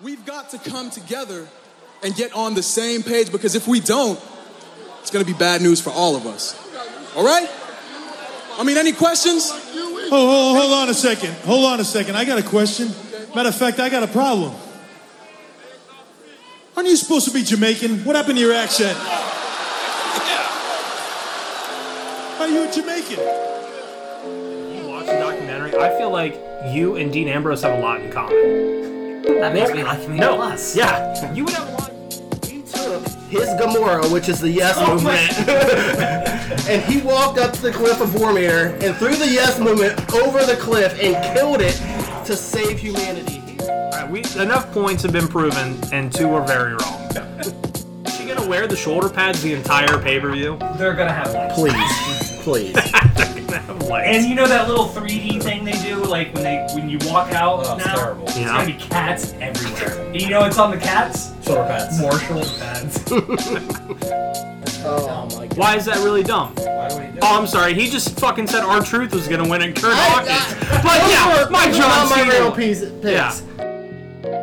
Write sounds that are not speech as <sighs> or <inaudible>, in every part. We've got to come together and get on the same page because if we don't, it's going to be bad news for all of us. All right? I mean, any questions? Hold, hold, hold on a second. Hold on a second. I got a question. Matter of fact, I got a problem. Aren't you supposed to be Jamaican? What happened to your accent? Are you a Jamaican? You watch the documentary. I feel like you and Dean Ambrose have a lot in common. That makes me like him even No, less. <laughs> yeah, you would have a lot. He took his Gamora, which is the Yes Oh, movement, and he walked up to the cliff of Vormir and threw the Yes movement over the cliff and killed it to save humanity. All right, we enough points have been proven, and two were very wrong. Is she gonna wear the shoulder pads the entire pay per view? They're gonna have legs. Please, <laughs> please. And you know that little 3D thing they do, like when they when you walk out Oh, it's now, terrible. it's Yeah. gonna be cats everywhere. And you know it's on the cats? Shoulder pads. More shoulder <laughs> pads. Oh my god. Why is that really dumb? Why would he do Oh, that? I'm sorry. He just fucking said our truth was gonna win and Kurt I- Hawkins. I- but yeah, my Those John are my Cena. real won. piece, picks. Yeah.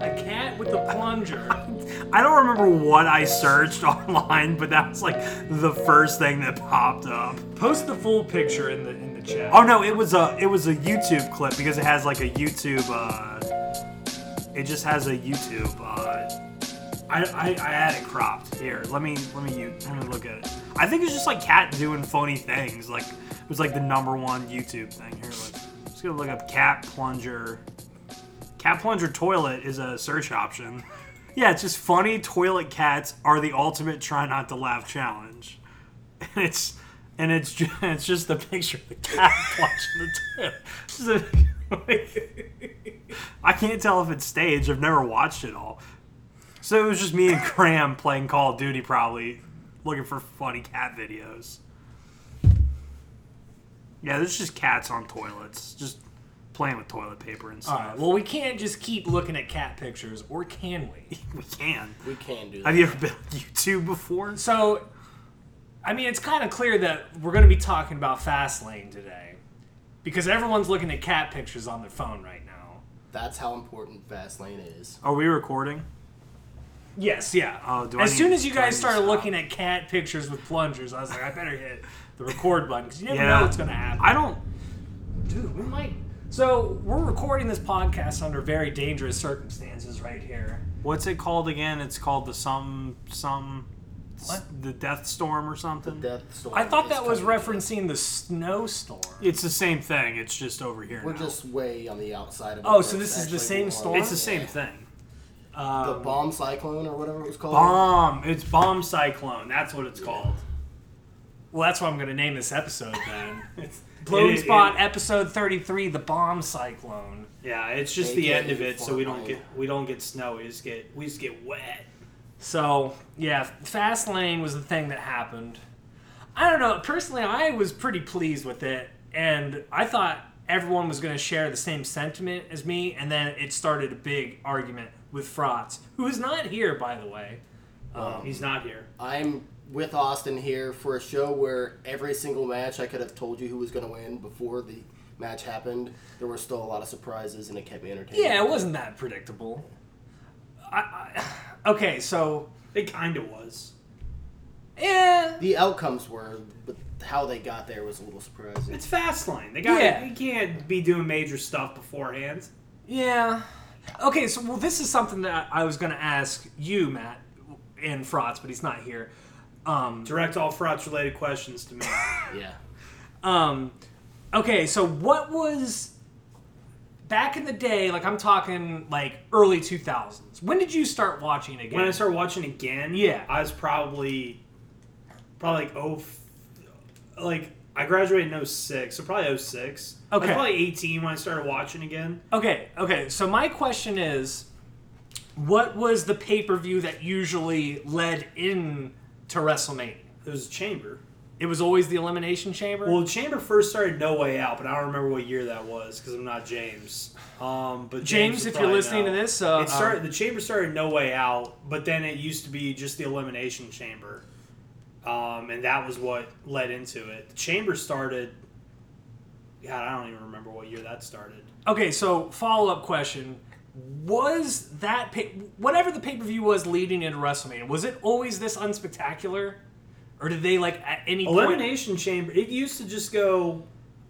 A cat with a plunger. I don't remember what I searched <laughs> online, but that was like the first thing that popped up. Post the full picture in the in the chat. Oh no, it was a it was a YouTube clip because it has like a YouTube. Uh, it just has a YouTube. Uh, I, I I had it cropped here. Let me let me u- let me look at it. I think it's just like cat doing phony things. Like it was like the number one YouTube thing here. Look, I'm just gonna look up cat plunger. Cat plunger toilet is a search option. Yeah, it's just funny toilet cats are the ultimate try not to laugh challenge and it's and it's ju- <laughs> it's just the picture of the cat <laughs> watching the tail. It's just a- like, <laughs> I can't tell if it's staged. I've never watched it all, so it was just me and Graham playing Call of Duty, probably looking for funny cat videos. Yeah, there's just cats on toilets, just playing with toilet paper and All stuff. right. Well, we can't just keep looking at cat pictures, or can we? we can. We can do that. Have you ever been on YouTube before? So, I mean, it's kind of clear that we're going to be talking about Fastlane today because everyone's looking at cat pictures on their phone right now. That's how important Fastlane is. Are we recording? Yes, yeah. Oh, do I as need- soon as you do I guys need to started stop? looking at cat pictures with plungers, I was like, I better hit the record button because you never Yeah. know what's going to happen. I don't. Dude, we might. So, we're recording this podcast under very dangerous circumstances right here. What's it called again? It's called the some some What? the death storm or something. Death Storm I thought is that was coming. referencing the snowstorm. it's the same thing. It's just over here. We're now. just way on the outside of Oh, it, so where this it's is the actually same warm. storm? it's the same thing. The bomb cyclone or whatever it was called. Um, Bomb. It's bomb cyclone. That's what it's called. Well, that's what I'm going to name this episode then. It's, Blown it- it- Spot, episode 33, The Bomb Cyclone. yeah, it's just the end of it, so we don't get we don't get snow. We just get we just get wet. So, yeah, Fast Lane was the thing that happened. I don't know. Personally, I was pretty pleased with it, and I thought everyone was going to share the same sentiment as me, and then it started a big argument with Frotz, who is not here, by the way. Um, He's not here. I'm with Austin here for a show where every single match I could have told you who was going to win before the match happened. There were still a lot of surprises and it kept me entertained. Yeah, it wasn't that predictable. I, <sighs> I, okay, so, It kind of was. yeah, The outcomes were, but how they got there was a little surprising. It's fast lane. They got. Yeah. You can't be doing major stuff beforehand. Yeah. Okay, so well, this is something that I was going to ask you, Matt, and Frotz, but he's not here. Um, Direct all frauds related questions <laughs> to me. yeah. um, okay, so what was back in the day? Like I'm talking like early 2000s. When did you start watching again? When I started watching again, Yeah. I was probably probably like oh, f- like I graduated in 06, so probably 06. I was Okay. probably 18 when I started watching again. okay, okay. So my question is, what was the pay per view that usually led in to WrestleMania? It was Chamber. It was always the Elimination Chamber. Well, Chamber first started No Way Out, but I don't remember what year that was because I'm not James. Um, but James, would if you're probably listening know. to this, uh, it started. the Chamber started No Way Out, but then it used to be just the Elimination Chamber, um, and that was what led into it. The Chamber started God, I don't even remember what year that started. Okay, so follow up question: Was that pay- whatever the pay per view was leading into WrestleMania? Was it always this unspectacular, or did they like at any point? Elimination Chamber. It used to just go.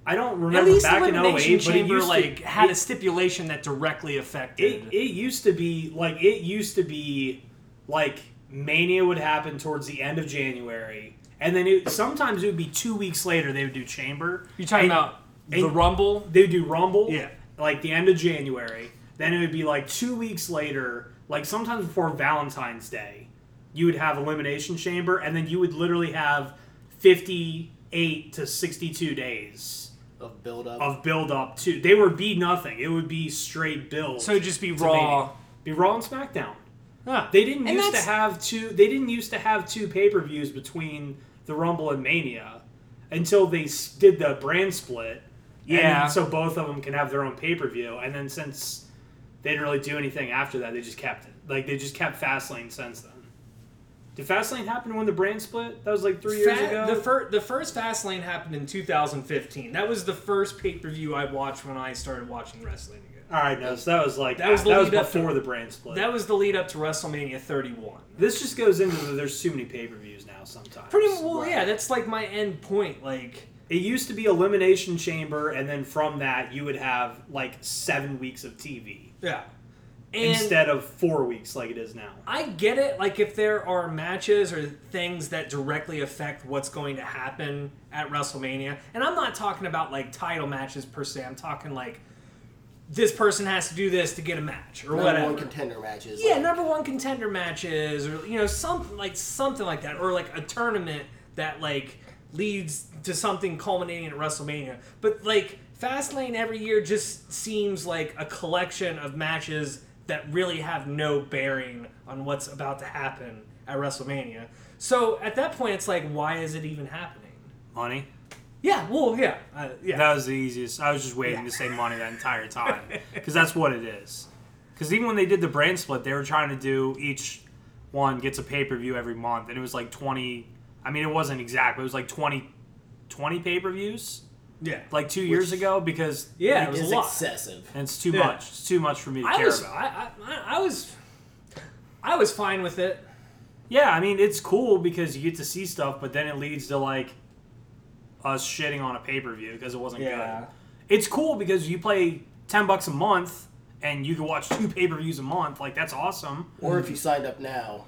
I don't At remember least back in elimination 08, but it chamber used like to, had it- a stipulation that directly it, affected. it used to be like it used to be like mania would happen towards the end of january and then it, sometimes it would be two weeks later they would do chamber You're talking And about the and- Rumble. they would do rumble Yeah. like the end of january then it would be like two weeks later like sometimes before valentine's day you would have elimination chamber and then you would literally have 58 to 62 days Of build up. of build up to they would be nothing it would be straight build So it'd just be to Raw. Mania. be raw and smackdown Huh. they didn't And used to that's- have two. They didn't used to have two pay per views between the Rumble and Mania until they s- did the brand split. And Yeah. then- so both of them can have their own pay per view, and then since they didn't really do anything after that, they just kept it. Like they just kept Fastlane since then. Did Fastlane happen when the brand split? That was like three years Fa- ago. The, fir- the first Fastlane happened in 2015. That was the first pay per view I watched when I started watching wrestling again. All right, no, so that was like That was the that was lead up to- before the brand split. That was the lead up to WrestleMania 31. this just goes into the, there's too many pay per views now. Sometimes Pretty well, yeah. That's like my end point. Like, It used to be Elimination Chamber, and then from that you would have like seven weeks of TV yeah. And instead of four weeks like it is now. I get it. Like, if there are matches or things that directly affect what's going to happen at WrestleMania, and I'm not talking about like title matches per se. I'm talking like this person has to do this to get a match or number whatever. one contender matches. Yeah, like, number one contender matches, or you know, something like something like that, or like a tournament that like leads to something culminating at WrestleMania. But like Fastlane every year just seems like a collection of matches that really have no bearing on what's about to happen at WrestleMania. So at that point, it's like, why is it even happening? Money. Yeah, well, yeah, uh, yeah. That was the easiest. I was just waiting to say money that entire <laughs> time because that's what it is. Because even when they did the brand split, they were trying to do each one gets a pay per view every month, and it was like twenty. I mean, it wasn't exact, but it was like 20, 20 pay per views yeah, like two years ago because yeah. It was is a lot. excessive. and it's too Yeah. much. It's too much for me to I care was, about. I, I, I- I was, I was fine with it. Yeah, I mean it's cool because you get to see stuff, but then it leads to like us shitting on a pay per view because it wasn't Yeah. good. It's cool because you play ten bucks a month and you can watch <laughs> two pay per views a month. Like that's awesome. Or if you signed up now,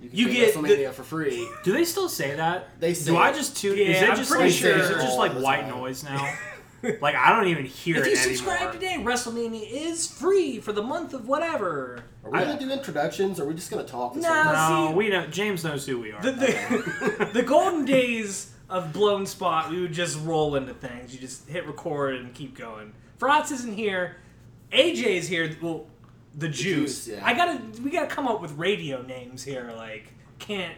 you, can You get get the- WrestleMania for free. Do they still say that? They Do say I it. just tune? Yeah, is it I'm just pretty like, sure. Is it just like All the white time. noise now? <laughs> like I don't even hear If it you anymore. subscribe today, WrestleMania is free for the month of whatever. Are we gonna do introductions? Or are we just gonna talk? this No. whole- no, See- we know. James knows who we are. The, the, <laughs> the golden days of Blown Spot, we would just roll into things. You just hit record and keep going. Frotz isn't here. AJ's here. Well, the juice. Juice, yeah. I gotta. We gotta come up with radio names here. Like, can't.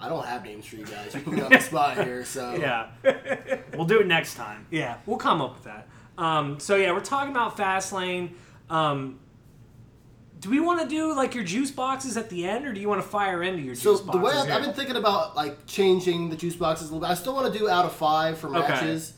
I don't have names for you guys. You can go on the spot here. So yeah, we'll do it next time. Yeah, we'll come up with that. Um, so yeah, we're talking about Fastlane. Um, do we want to do like your juice boxes at the end, or do you want to fire into your So juice the boxes? way I've, here? I've been thinking about like changing the juice boxes a little bit. I still want to do out of five for Okay. matches,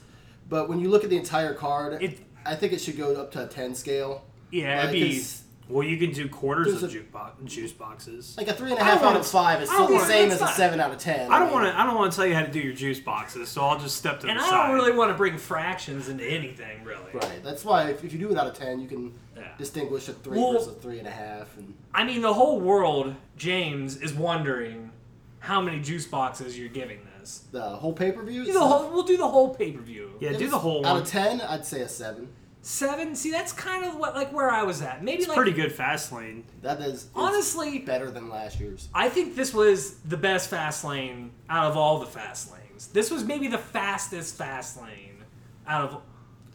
but when you look at the entire card, It- I think it should go up to a ten scale. yeah, it'd Like, be. 'cause, Well, you can do quarters There's of a- juice, bo- juice boxes. like a three and a half don't out wanna- of five is I still don't the wanna- same that's as a not- seven out of ten. I don't want to. I don't want to tell you how to do your juice boxes, so I'll just step to And the I side. don't really want to bring fractions into anything, really. Right. That's why if, if you do it out of ten, you can Yeah. distinguish a three Well- versus a three and a half. And I mean, the whole world, James, is wondering how many juice boxes you're giving this. the whole pay per view. Do the whole, we'll do the whole pay per view. yeah, do the whole out one. of ten. I'd say a seven. Seven. See, that's kind of what like where I was at. Maybe It's like pretty good fast lane. That is it's honestly, better than last year's. I think this was the best fast lane out of all the fast lanes. This was maybe the fastest fast lane out of.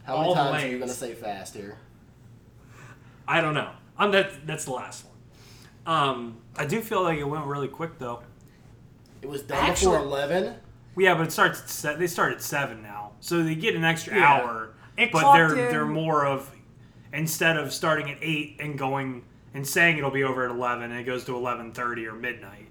How many All the times are you lanes. gonna say fast here? I don't know. I'm that. That's the last one. Um, I do feel like it went really quick though. It was done Actually- before eleven. Well, yeah, but it starts. At se- they start at seven now, so they get an extra Yeah. hour. It but clocked they're in- they're more of instead of starting at eight and going and saying it'll be over at eleven, and it goes to eleven thirty or midnight.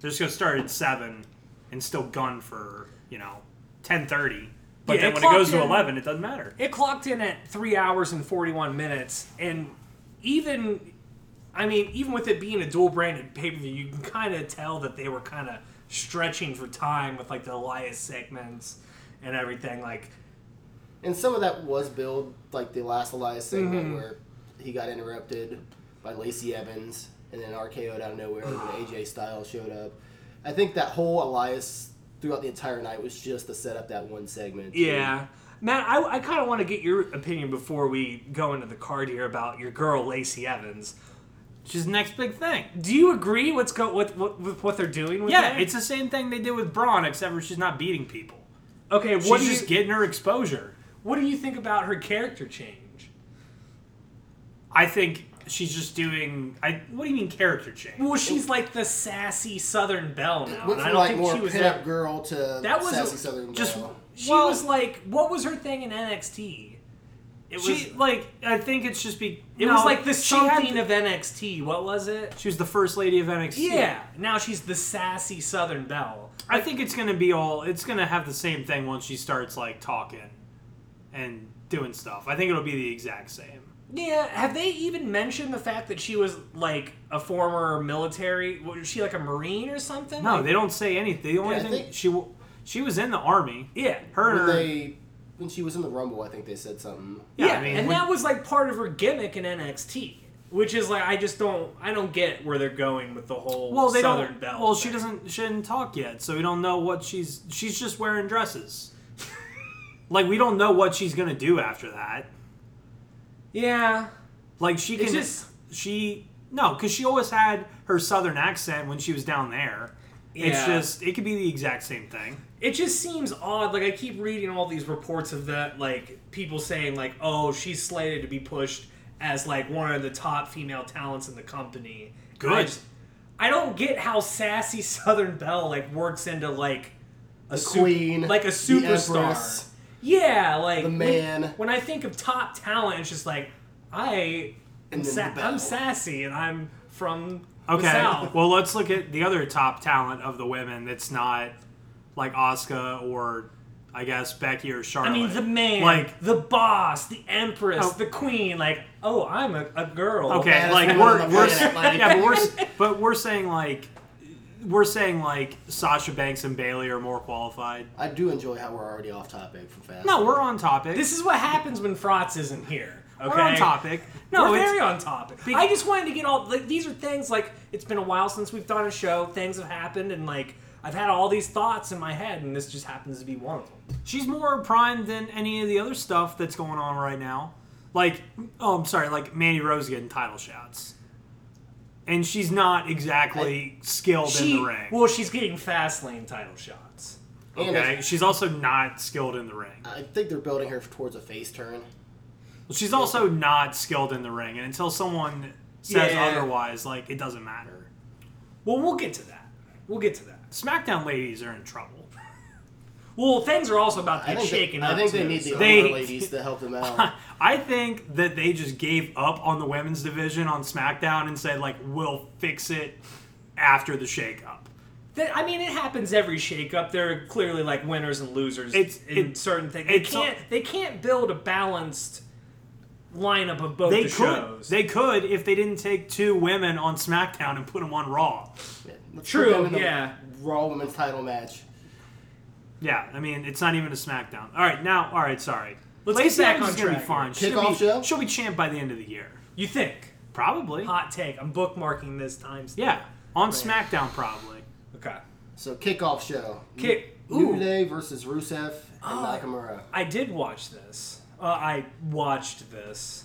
They're just gonna start at seven and still gun for you know ten thirty. But Yeah, then it when it goes to clocked in- 11, it doesn't matter. it clocked in at three hours and 41 minutes and even i mean even with it being a dual branded pay-per-view you can kind of tell that they were kind of stretching for time with like the elias segments and everything like And some of that was billed like the last Elias segment Mm-hmm. where he got interrupted by Lacey Evans and then RKO'd out of nowhere when AJ Styles showed up. I think that whole Elias throughout the entire night was just to set up that one segment. yeah matt i, I kind of want to get your opinion before we go into the card here about your girl lacey evans She's the next big thing. do you agree what's go with what, with what they're doing with Yeah, that? it's the same thing they did with Braun, except for she's not beating people. okay She's what do, just you, getting her exposure. what do you think about her character change I think she's just doing. I. What do you mean character change? well she's like the sassy southern belle now Went and i from don't like think more she was pit that- up girl to That was a- sassy southern just- girl. She Well- was like, what was her thing in NXT? It was. She like. I think it's just be. it no, was like the she had something the- of NXT. What was it? She was the first lady of NXT. Yeah. Now she's the sassy Southern Belle. I think it's gonna be all. It's gonna have the same thing once she starts like talking, and doing stuff. I think it'll be the exact same. Yeah. Have they even mentioned the fact that she was like a former military? Was she like a Marine or something? No, Like- they don't say anything. The only Yeah, I thing think- she w- she was in the army. Yeah. Her. When they when she was in the rumble I think they said something. Yeah. yeah, I mean, and when- that was like part of her gimmick in NXT, which is like I just don't I don't get where they're going with the whole well, they Southern don't. Belle. well, she thing. doesn't. She didn't talk yet, so we don't know what she's. She's just wearing dresses. <laughs> like we don't know what she's gonna do after that. Yeah. Like she It's can. just- she no, because she always had her southern accent when she was down there. It's Yeah. just it could be the exact same thing. it just seems odd. Like I keep reading all these reports of that, like people saying like, "Oh, she's slated to be pushed as like one of the top female talents in the company." Good. I, just- I don't get how sassy <laughs> Southern Belle like works into like a The su- queen, like a the superstar. empress. Yeah, like The when- man. When, I think of top talent, it's just like I am And then sa- the I'm belle. sassy and I'm from the Okay. South. Well, let's look at the other top talent of the women. That's not like Oscar or I guess Becky or Charlotte. I mean, the man, Like the boss, the empress, Oh. the queen. Like, oh, I'm a, a girl. okay, baddest like woman we're, on the we're planet, like- yeah, but we're s- but we're saying like we're saying like Sasha Banks and Bailey are more qualified. I do enjoy how we're already off topic from fast. No, we're on topic. Oh, This is what happens when Frotz isn't here. Okay? we're on topic. No, We're it's, very on topic. I just wanted to get all like these are things like it's been a while since we've done a show. Things have happened, and like I've had all these thoughts in my head, and this just happens to be one of them. she's more primed than any of the other stuff that's going on right now. Like, oh, I'm sorry, like Mandy Rose getting title shots, and she's not exactly skilled She, in the ring. well, she's getting fast lane title shots. And I- okay, she's also not skilled in the ring. Uh, I think they're building her towards a face turn. She's also not skilled in the ring, and until someone says Yeah. otherwise, like it doesn't matter. Well, we'll get to that. We'll get to that. SmackDown ladies are in trouble. Well, things are also about to I get think, they- shaken I up. think they too, need the so- They- older ladies to help them out. I think that they just gave up on the women's division on SmackDown and said like we'll fix it after the shakeup. That, I mean, it happens every shakeup. There are clearly like winners and losers It's- in it- certain things. They it's all- can't they can't build a balanced lineup of both They the could. shows. They could if they didn't take two women on SmackDown and put them on Raw. Yeah, let's <laughs> True, put them in the yeah. Raw women's title match. Yeah, I mean it's not even a SmackDown. All right, now, all right, sorry. Let's Lacey get back Evans on is gonna track Be here. fine. She'll Kickoff be, show? She'll be champ by the end of the year, you think? probably. Hot take. I'm bookmarking this time. stamp. Yeah, on SmackDown <laughs> probably. Okay. So kickoff show. Kick. New Ooh. Oh. Day versus Rusev and Nakamura. I did watch this. Uh, I watched this.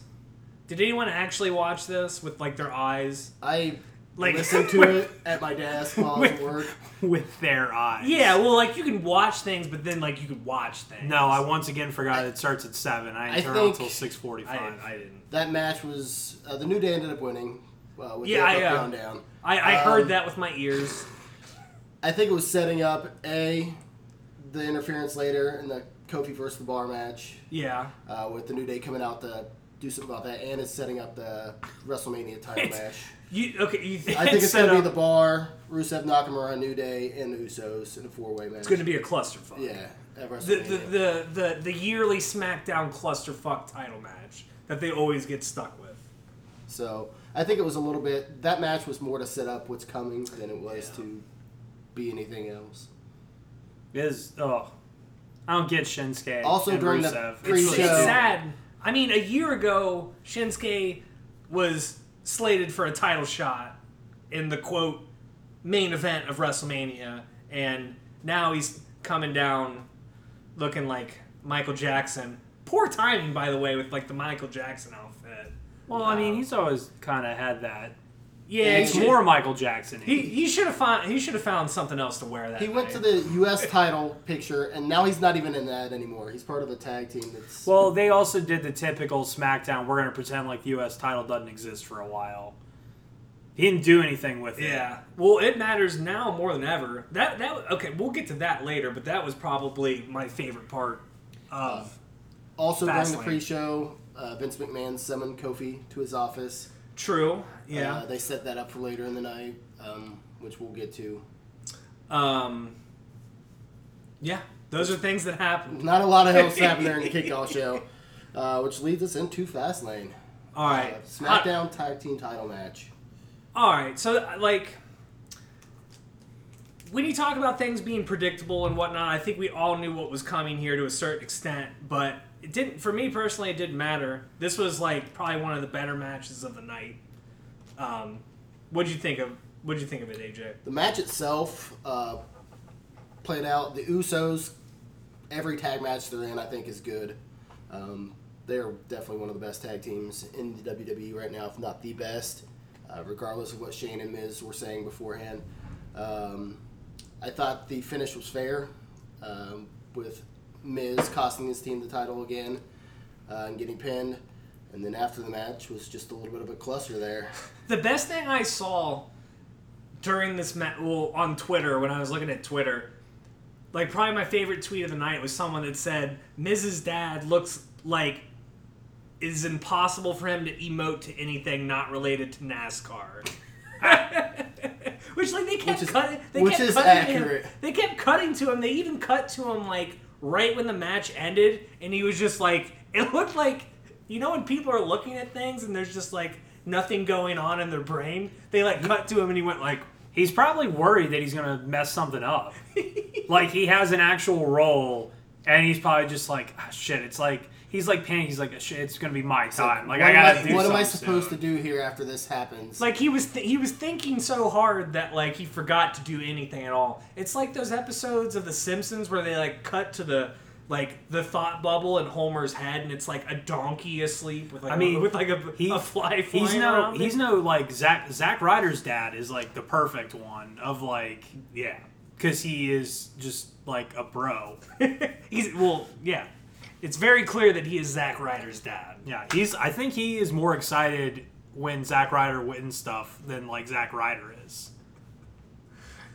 Did anyone actually watch this with like their eyes? I Like- <laughs> listened to it at my desk while I was at work. With their eyes. Yeah. Well, like you can watch things, but then like you could watch things. No, I once again forgot it starts at seven. I didn't I turn on think- until six I didn't. forty-five. I didn't. That match was uh, the New Day ended up winning. Uh, with Yeah, the I, up, uh, down, down. I, I Um, heard that with my ears. I think it was setting up a the interference later in the Kofi versus the Bar match Yeah. uh, with the New Day coming out to do something about that, and it's setting up the WrestleMania <laughs> title match. You okay? You think I think it's <laughs> set gonna be up- the Bar, Rusev, Nakamura, New Day, and the Usos in a four way match. It's going to be a clusterfuck. yeah, at the, the, WrestleMania. the, the, the yearly SmackDown clusterfuck title match that they always get stuck with. So I think it was a little bit. That match was more to set up what's coming than it was to be anything else. Is Oh, I don't get Shinsuke. Also and during the Rusev. pre- It's- it's show. sad. I mean, a year ago, Shinsuke was slated for a title shot in the quote main event of WrestleMania, and now he's coming down looking like Michael Jackson. Poor timing, by the way, with like the Michael Jackson outfit. Um, well, I mean, he's always kind of had that. Yeah, He It's he more more. Michael Jackson. He, he should have found he should have found something else to wear that. He went night. to the <laughs> U.S. title picture, and now he's not even in that anymore. He's part of a tag team that's. Well, they also did the typical SmackDown. We're gonna pretend like the U.S. title doesn't exist for a while. He didn't do anything with it. Yeah. Well, it matters now more than ever. That that okay, we'll get to that later, but that was probably my favorite part of also during the Fastlane. pre-show, uh, Vince McMahon summoned Kofi to his office. True. Uh, Yeah. they set that up for later in the night, um, which we'll get to. Um Yeah, those are things that happen. Not a lot of else happened during the kickoff show, uh, which leads us into Fastlane. All Uh, right. SmackDown tag team title match. All right. So uh, like when you talk about things being predictable and whatnot, I think we all knew what was coming here to a certain extent, but it didn't for me personally it didn't matter. This was like probably one of the better matches of the night. Um what'd you think of what'd you think of it, AJ? The match itself uh, played out. The Usos, every tag match they're in, I think is good. Um, they're definitely one of the best tag teams in the WWE right now, if not the best, uh, regardless of what Shane and Miz were saying beforehand. Um, I thought the finish was fair, um, with Miz costing his team the title again uh, and getting pinned. And then after the match was just a little bit of a cluster there. The best thing I saw during this match, well, on Twitter when I was looking at Twitter, like probably my favorite tweet of the night was someone that said, "Mrs. Dad looks like it is impossible for him to emote to anything not related to NASCAR." <laughs> which like they kept Which is- cutting, they which kept is cutting accurate. Him. They kept cutting to him. They even cut to him like right when the match ended, and he was just like, <laughs> it looked like, you know, when people are looking at things and there's just like nothing going on in their brain. They like cut to him, and he went like, He's probably worried that he's gonna mess something <laughs> up. like he has an actual role, and he's probably just like, ah, shit. It's like he's like panicking. He's like, "Ah, shit, it's gonna be my time. Like what I am gotta I- do What am I something supposed soon." to do here after this happens? like he was th- he was thinking so hard that like he forgot to do anything at all. It's like those episodes of The Simpsons where they like cut to the. Like the thought bubble in Homer's head, and it's like a donkey asleep with like I mean, with like a, he- a fly flying He's no, around. it. he's no like Zach. Zach Ryder's dad is like the perfect one of like, yeah, because he is just like a <laughs> bro. He's well, yeah. It's very clear that he is Zack Ryder's dad. Yeah, he's. I think he is more excited when Zack Ryder wins stuff than like Zack Ryder is.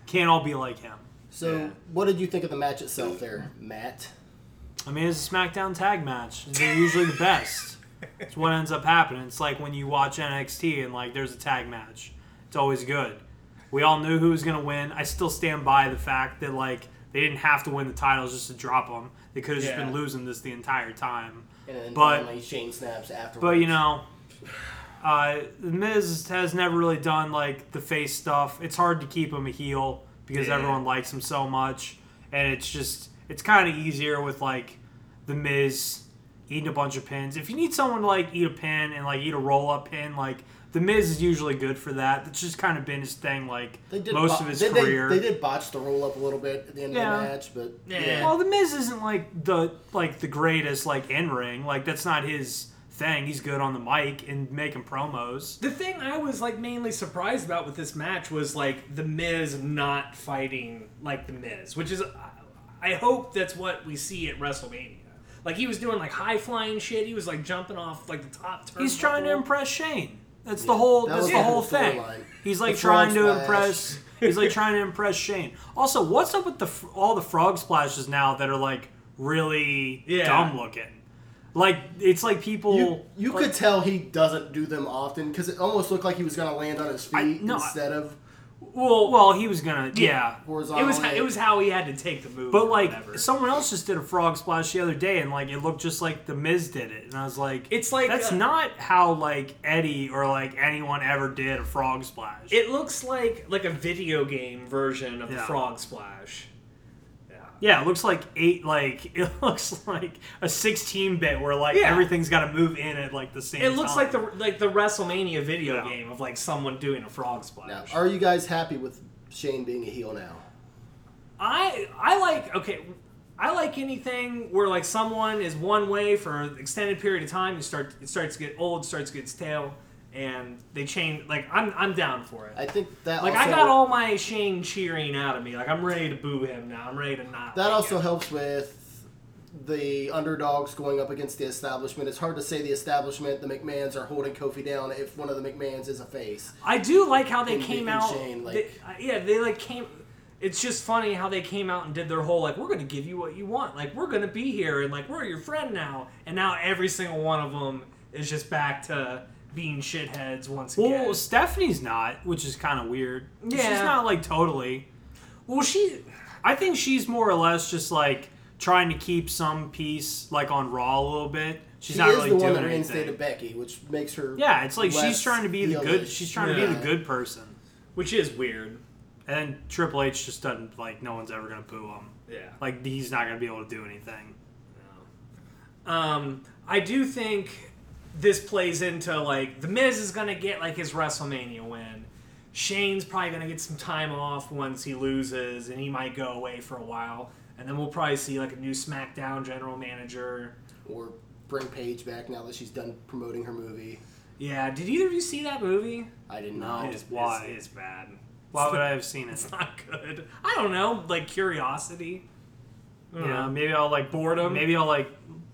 Can't all be like him. So, what did you think of the match itself, there, Matt? I mean, it's a SmackDown tag match. They're usually the best. It's what ends up happening. It's like when you watch NXT and like there's a tag match. It's always good. We all knew who was gonna win. I still stand by the fact that like they didn't have to win the titles just to drop them. They could have just been Yeah. losing this the entire time. And then But- finally Shane snaps afterwards. But you know, uh, The Miz has never really done like the face stuff. It's hard to keep him a heel because Yeah. everyone likes him so much, and it's just it's kind of easier with like The Miz eating a bunch of pins. If you need someone to like eat a pin and like eat a roll up pin, like The Miz is usually good for that. That's just kind of been his thing, like they did most bo- of his they, they- career. They, did botch the roll up a little bit at the end Yeah. of the match, but Yeah. Well, the Miz isn't like the like the greatest like in ring. Like that's not his thing. He's good on the mic and making promos. The thing I was like mainly surprised about with this match was like the Miz not fighting like the Miz, which is I hope that's what we see at WrestleMania. Like he was doing like high flying shit. He was like jumping off like the top. He's trying to turnbuckle. impress Shane. That's the whole. that That's was the like whole the thing. storyline. He's like The frog trying splash. to impress. He's like trying to impress Shane. Also, what's up with the fr- all the frog splashes now that are like really Yeah. dumb looking? Like it's like people. you, you like, could tell he doesn't do them often because it almost looked like he was going to land on his feet no, I- instead of Well, Well, he was gonna. Yeah. it was horizontally. it was how he had to take the move. But or like whatever. someone else just did a frog splash the other day, and like it looked just like the Miz did it, and I was like, It's like, that's uh, not how like Eddie or like anyone ever did a frog splash. it looks like like a video game version of the Yeah. frog splash. yeah, it looks like eight. Like <laughs> it looks like a sixteen bit where like Yeah. everything's got to move in at like the same. It looks time. like the like the WrestleMania video Yeah. game of like someone doing a frog Now, splash. are you guys happy with Shane being a heel now? I I like okay. I like anything where like someone is one way for an extended period of time. You start it starts to get old, starts to get stale, and they change. Like I'm I'm down for it. I think that like also, I got all my Shane cheering out of me. Like I'm ready to boo him now. I'm ready to not. that like also him. helps with the underdogs going up against the establishment. It's hard to say the establishment, the McMahons are holding Kofi down if one of the McMahons is a face. I do like how they And came Nick and out. Shane, like- they, uh, yeah, they like came. It's just funny how they came out and did their whole like we're gonna give you what you want, like we're gonna be here and like we're your friend now. And now every single one of them is just back to being shitheads once again. Well, Stephanie's not, which is kind of weird. she's Yeah. not like totally. well, she I think she's more or less just like trying to keep some peace like on Raw a little bit. She's She not is really the doing one that anything. reinstated Becky, which makes her Yeah, it's like she's less trying to be the heelish. good. She's trying to be the Yeah. good person, which is weird. and Triple H just doesn't like. No one's ever gonna boo him. Yeah. Like he's not gonna be able to do anything. Um, I do think this plays into like the Miz is gonna get like his WrestleMania win. Shane's probably gonna get some time off once he loses, and he might go away for a while. And then we'll probably see like a new SmackDown general manager. or bring Paige back now that she's done promoting her movie. Yeah, did either of you see that movie? I did not. It's- Why? It's, it's bad. Why would I have seen it? It's not good. I <laughs> don't know, like curiosity. Yeah, maybe I'll like Boredom? Maybe I'll like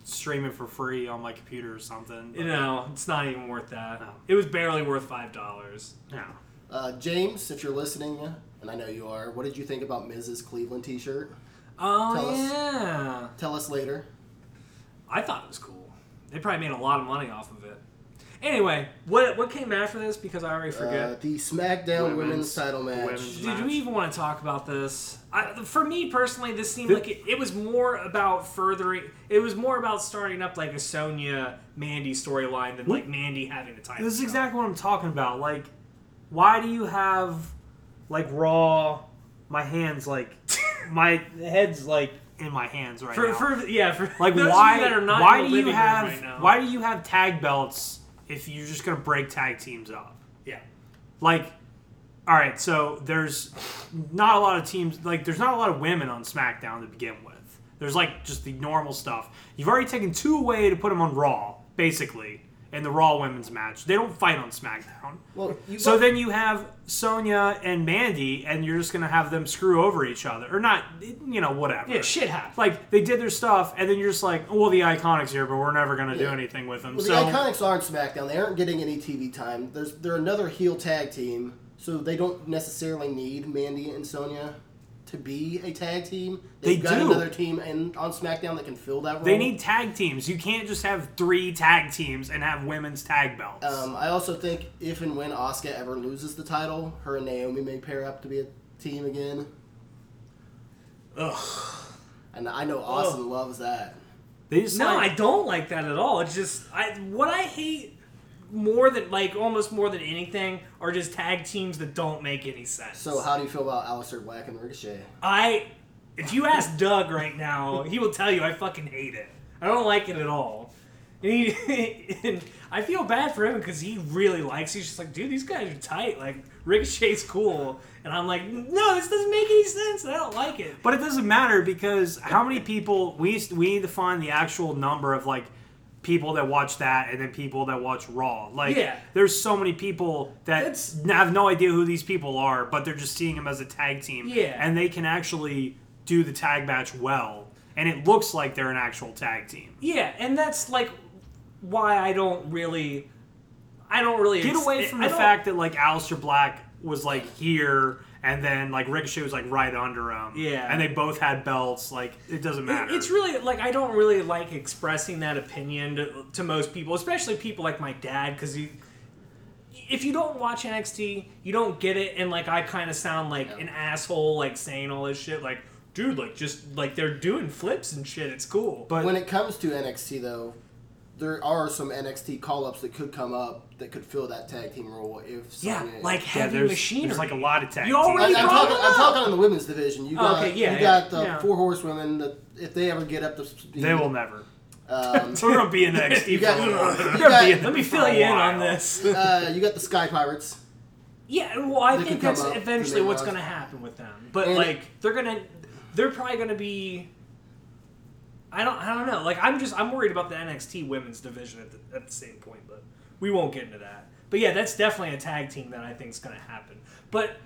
stream it for free on my computer or something. You know, it's not even worth that. No. It was barely worth five dollars. no. Uh, James, if you're listening, and I know you are, what did you think about Mrs. Cleveland T-shirt? Oh Tell us. yeah. Tell us later. I thought it was cool. They probably made a lot of money off of it. Anyway, what what came after this? Because I already Uh, forget. the SmackDown Women's, Women's- Title match. women's- Did we even want to talk about this? I, for me personally, this seemed Th- like it, it was more about furthering. It was more about starting up like a Sonya Mandy storyline than like Mandy having the title. This is shot. exactly what I'm talking about. Like, why do you have like raw? My hands like <laughs> my head's like in my hands right for, now. for yeah for like those of you why? that are not why in the do you living room have right now. why do you have tag belts if you're just gonna break tag teams up? yeah Like, all right, so there's not a lot of teams. Like, there's not a lot of women on SmackDown to begin with. There's like just the normal stuff. You've already taken two away to put them on Raw, basically, in the Raw women's match. They don't fight on SmackDown. Well, you So got- then you have Sonya and Mandy, and you're just gonna have them screw over each other, or not? You know, whatever. yeah shit happened. Like they did their stuff, and then you're just like, oh, well, the Iconics here, but we're never gonna do Yeah. anything with them. well, so the Iconics aren't SmackDown. They aren't getting any TV time. There's they're another heel tag team, so they don't necessarily need Mandy and Sonya to be a tag team. They've They got do. another team and on SmackDown that can fill that role. They need tag teams. You can't just have three tag teams and have women's tag belts. Um, I also think if and when Asuka ever loses the title, her and Naomi may pair up to be a team again. Ugh. And I know Austin loves that. they just No, like- I don't like that at all. It's just I what I hate more than like almost more than anything are just tag teams that don't make any sense. So how do you feel about Aleister Black and Ricochet? I if you ask Doug right now, he will tell you I fucking hate it. I don't like it at all. And, he, <laughs> and I feel bad for him because he really likes. He's just like, dude, these guys are tight. Like Ricochet's cool, and I'm like, no, this doesn't make any sense. and I don't like it. but it doesn't matter because how many people we used- we need to find the actual number of like people that watch that and then people that watch Raw. Like, Yeah. there's so many people that That's- n- have no idea who these people are, but they're just seeing them as a tag team. Yeah. and they can actually do the tag match well, and it looks like they're an actual tag team. Yeah, and that's like why I don't really, I don't really get away from the fact that like Alistair Black was like here and then like Ricochet was like right under him. Yeah. And they both had belts. Like it doesn't matter. It's really like I don't really like expressing that opinion to, to most people, especially people like my dad, because you if you don't watch NXT, you don't get it. And like I kind of sound like an asshole, like saying all this shit, like dude, like just like they're doing flips and shit. It's cool. But When it comes to NXT, though, there are some NXT call ups that could come up that could fill that tag team role if yeah, someone is. like Yeah, heavy there's, machinery. there's like a <laughs> lot of tag You teams. I, already- am brought talking, it I'm up. talking on the women's division. You got, Okay, yeah, you yeah, got the yeah. four horsewomen. That if they ever get up to speed, They will <laughs> never. Um, We're gonna be in <laughs> next. you got, you They're being- got, let me for fill a you in <laughs> while. on this. <laughs> uh, you got the Sky Pirates. Yeah, well, I They think could come that's up, eventually they what's might. going to happen with them. But And- like, they're gonna, they're probably going to be. I don't, I don't know. Like, I'm just, I'm worried about the NXT women's division at the, at the same point, but we won't get into that. But yeah, that's definitely a tag team that I think is going to happen. But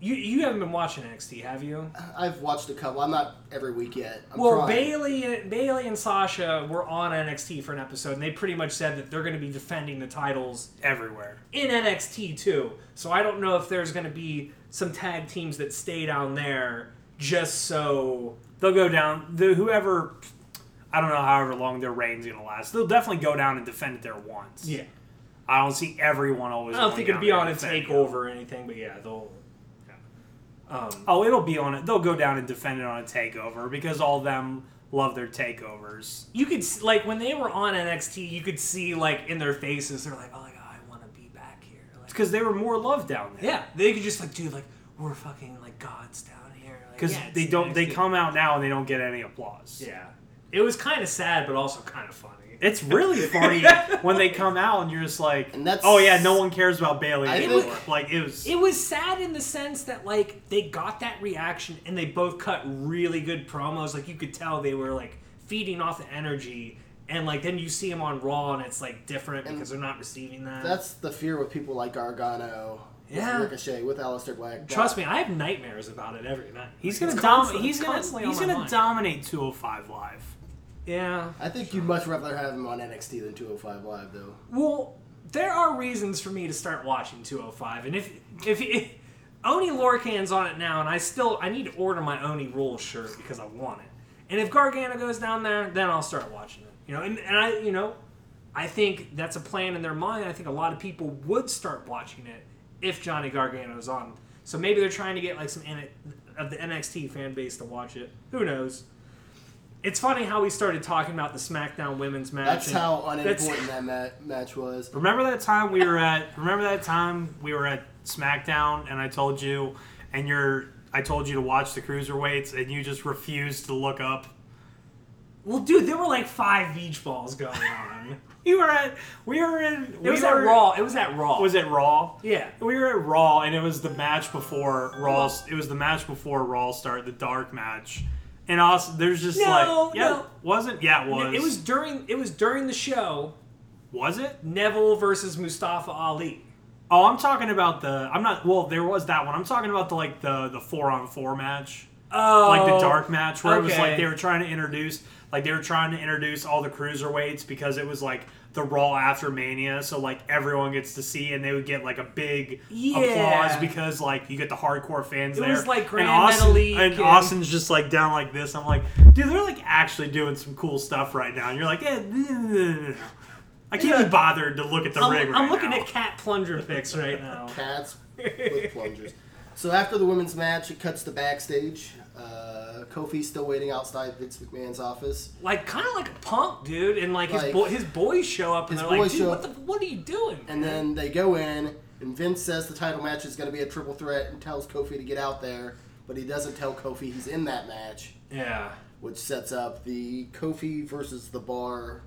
you, you haven't been watching NXT, have you? I've watched a couple. I'm not every week yet. I'm Well, trying. Bailey, Bailey and Sasha were on NXT for an episode, and they pretty much said that they're going to be defending the titles everywhere. in NXT too. So I don't know if there's going to be some tag teams that stay down there just so. They'll go down. The whoever, I don't know, however long their reign's gonna last. They'll definitely go down and defend it there once. I don't see everyone always. I don't going think it'd down be there on a and defending takeover or anything, but yeah, they'll. it. Oh, it'll be on it. They'll go down and defend it on a takeover because all of them love their takeovers. You could s- like when they were on NXT, you could see like in their faces, they're like, "Oh my god, I want to be back here." Like, because they were more loved down there. yeah, they could just like, "Dude, like we're fucking like gods down here." Like, Because yeah, it's they don't. They NXT. come out now and they don't get any applause. Yeah, it was kind of sad, but also kind of funny. It's <laughs> really funny when they come out and you're just like, And that's- oh yeah, no one cares about Bailey I anymore. think- like it was. It was sad in the sense that like they got that reaction and they both cut really good promos. Like you could tell they were like feeding off the energy, and like then you see them on Raw and it's like different because they're not receiving that. That's the fear with people like Gargano, with Yeah. Ricochet, with Aleister Black. Trust me, I have nightmares about it every night. he's Like, gonna it's dom- constant- He's it's gonna. constantly He's on my gonna mind. dominate 205 live. yeah. I think you'd much rather have him on NXT than 205 Live, though. Well, there are reasons for me to start watching 205, and if if, if Oni Lorcan's on it now, and I still I need to order my Oni Rules shirt because I want it. And if Gargano goes down there, then I'll start watching it. You know, and, and I you know, I think that's a plan in their mind. I think a lot of people would start watching it if Johnny Gargano's on. So maybe they're trying to get like some N- of the NXT fan base to watch it. Who knows? It's funny how we started talking about the SmackDown women's match. That's and how that's- unimportant that ma- match was. <laughs> Remember that time we were at. Remember that time we were at SmackDown and I told you, and you're. I told you to watch the cruiserweights and you just refused to look up. Well, dude, there were like five beach balls going on. You were at. We were in. it we was were, at Raw. It was at Raw. Was it Raw? Yeah. We were at Raw, and it was the match before Raw. It was the match before Raw started, the dark match. And also, there's just No, like, yeah, no. wasn't? Yeah, it was. It was during. It was during the show. Was it? Neville versus Mustafa Ali. Oh, I'm talking about the. I'm not. Well, there was that one. I'm talking about the like the the four on four match, Oh, like the dark match, where it was like okay. they were trying to introduce, like they were trying to introduce all the cruiserweights because it was like the Raw after Mania, so like everyone gets to see, and they would get like a big Yeah. applause because like you get the hardcore fans It there. was like Grand and Austin, Metalik and and- Austin's just like down like this. I'm like, dude, they're like actually doing some cool stuff right now, and you're like, eh, I can't be bothered to look at the I'm, ring. I'm right looking now. at cat plunger pics <laughs> right now. Cats with plungers. So after the women's match, it cuts to backstage. Uh, Kofi's still waiting outside Vince McMahon's office. Like kind of like a punk dude, and like, Like- his bo- his boys show up and His they're like, boys dude, show what up. the what are you doing? And then they go in, and Vince says the title match is going to be a triple threat and tells Kofi to get out there, but he doesn't tell Kofi he's in that match, yeah. which sets up the Kofi versus the bar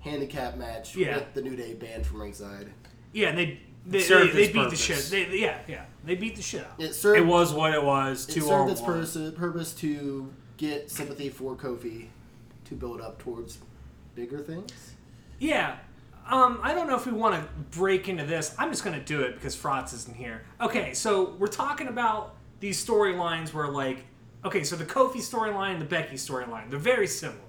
handicap match Yeah. with the New Day banned from ringside. Yeah, and they they, they, served they its beat purpose. the shit. They, they- yeah, yeah, they beat the shit out. It served, It was what it was. it Two served on its one. purpose, purpose to get sympathy for Kofi to build up towards bigger things. Yeah. Um, I don't know if we want to break into this. I'm just going to do it because Frotz isn't here. Okay, so we're talking about these storylines where, like, okay, so the Kofi storyline and the Becky storyline, they're very similar.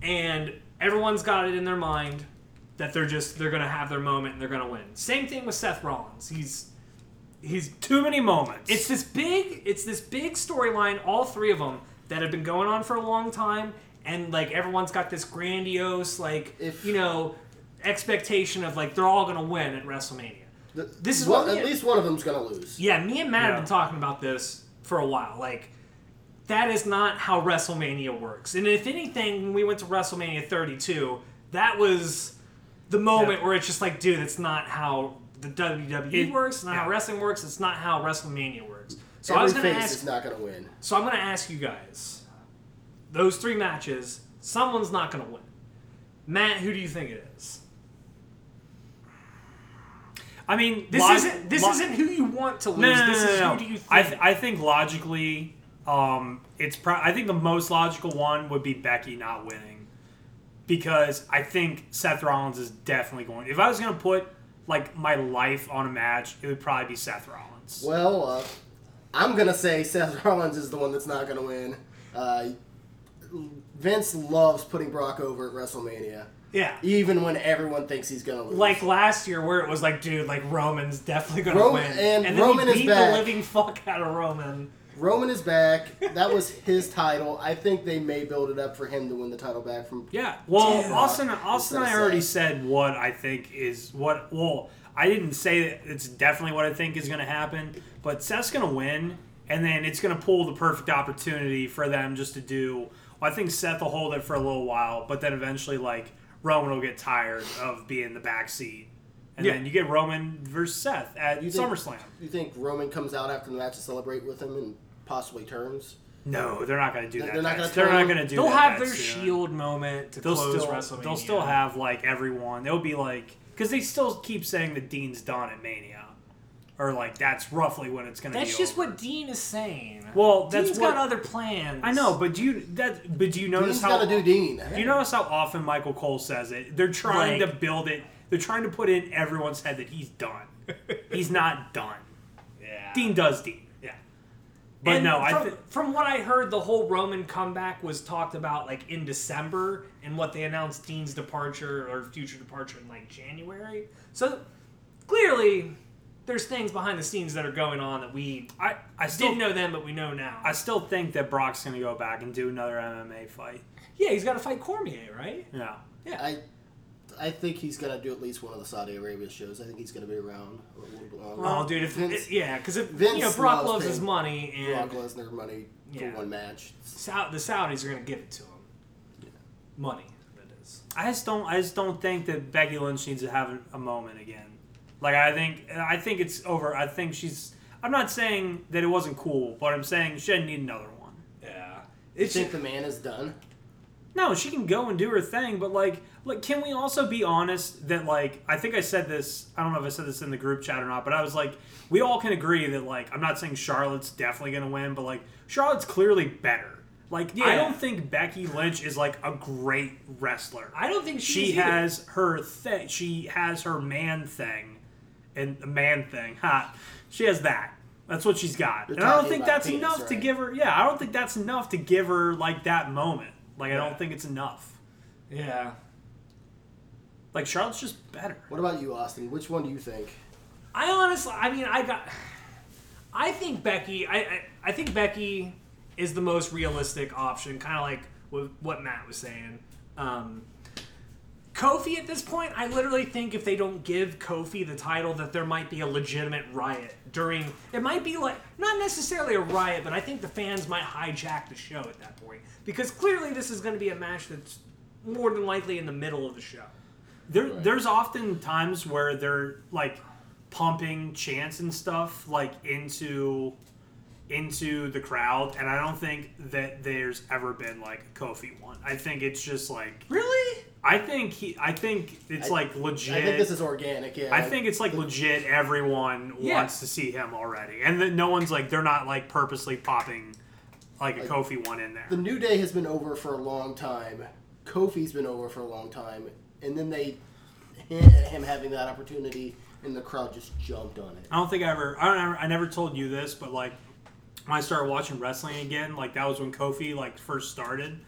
And everyone's got it in their mind that they're just, they're going to have their moment and they're going to win. Same thing with Seth Rollins. He's, he's Too many moments. it's this big it's this big storyline all three of them that have been going on for a long time and like everyone's got this grandiose like If- you know expectation of like they're all gonna win at WrestleMania. This is Well, what at least one of them's gonna lose. Yeah, me and Matt have been Yeah. talking about this for a while. Like, that is not how WrestleMania works. And if anything, when we went to WrestleMania 32, that was the moment Yeah. where it's just like, dude, it's not how the WWE It- works, not how yeah. wrestling works. It's not how WrestleMania works. So Every I was gonna face ask. is not gonna win. so I'm gonna ask you guys, those three matches, someone's not gonna win. Matt, who do you think it is? I mean, This log- isn't this lo- isn't who you want to lose. No, no, no, this no, is no. who do you think? I, th- I think logically, um, it's. Pro- I think the most logical one would be Becky not winning, because I think Seth Rollins is definitely going. If I was going to put like my life on a match, it would probably be Seth Rollins. Well, uh, I'm gonna say Seth <laughs> Rollins is the one that's not gonna win. Uh, Vince loves putting Brock over at WrestleMania, yeah. even when everyone thinks he's gonna lose. like last year where it was like, dude, like Roman's definitely gonna Roman- win, and then Roman he is beat back. the living fuck out of Roman. Roman is back. That was his title. I think they may build it up for him to win the title back from. Yeah. Well, Dude. Austin, That's Austin, what I I already said. said what I think is what. Well, I didn't say that it's definitely what I think is going to happen, but Seth's going to win, and then it's going to pull the perfect opportunity for them just to do. Well, I think Seth will hold it for a little while, but then eventually, like Roman will get tired of being the backseat, and Yeah. then you get Roman versus Seth at You think- SummerSlam. You think Roman comes out after the match to celebrate with him and possibly turns? No, they're not going to do that. They're not That's- gonna They're not turn- going to do. They'll that have that their soon. Shield moment to they'll close still WrestleMania. they'll still have like everyone. They'll be like because they still keep saying that Dean's done at Mania, or like that's roughly when it's gonna. That's be just over. what Dean is saying. Well, that's Dean's what- got other plans. I know, but do you that but do you notice Dean's how gotta do Dean. do you notice how often Michael Cole says it? They're trying Like- to build it. They're trying to put in everyone's head that he's <laughs> done. he's not done. Yeah. Dean does Dean. Yeah. But And no, from, I think from what I heard, the whole Roman comeback was talked about like in December, and what they announced Dean's departure or future departure in like January. So clearly, there's things behind the scenes that are going on that we I I still didn't know then, but we know now. I still think that Brock's gonna go back and do another MMA fight. yeah, he's got to fight Cormier, right? Yeah. I, I think he's gonna do at least one of the Saudi Arabia shows. I think he's gonna be around a little bit longer. Oh, dude, if Vince- it- yeah, because if Vince you know Brock loves loves his him. money, and Brock Lesnar money Yeah. for one match. Sau- the Saudis are going to give it to him. Money, that is. I just don't. I just don't think that Becky Lynch needs to have a- a moment again. Like I think. I think it's over. I think she's. I'm not saying that it wasn't cool, but I'm saying she didn't need another one. Yeah, You it's think the man is done? No, she can go and do her thing, but like, like, can we also be honest that like, I think I said this. I don't know if I said this in the group chat or not, but I was like, we all can agree that like, I'm not saying Charlotte's definitely gonna win, but like, Charlotte's clearly better. Like, I Yeah. don't think Becky Lynch is like a great wrestler. I don't think she she's either. has her thing. She has her man thing, and the man thing. Ha! She has that. That's what she's got. You're and I don't talking think about that's penis, enough to right? give her. Yeah, I don't think that's enough to give her like that moment. Like I Yeah. don't think it's enough. yeah. Like Charlotte's just better. What about you, Austin? Which one do you think? I honestly, I mean, I got. I think Becky. I I, I think Becky is the most realistic option, kind of like what, what Matt was saying. Um, Kofi, at this point, I literally think if they don't give Kofi the title, that there might be a legitimate riot during. It might be like not necessarily a riot, but I think the fans might hijack the show at that point because clearly this is going to be a match that's more than likely in the middle of the show. There, there's often times where they're like pumping chants and stuff like into into the crowd, and I don't think that there's ever been like a Kofi one. I think it's just like Really? I think he. I think it's I- like legit. I think this is organic. Yeah. it's like legit. Everyone Yeah. wants to see him already, and that no one's like they're not like purposely popping like a Kofi one in there. the New Day has been over for a long time. Kofi's been over for a long time, and then they hint at him having that opportunity, and the crowd just jumped on it. I don't think I ever. I don't. Ever, I never told you this, but like when I started watching wrestling again, like that was when Kofi like first started,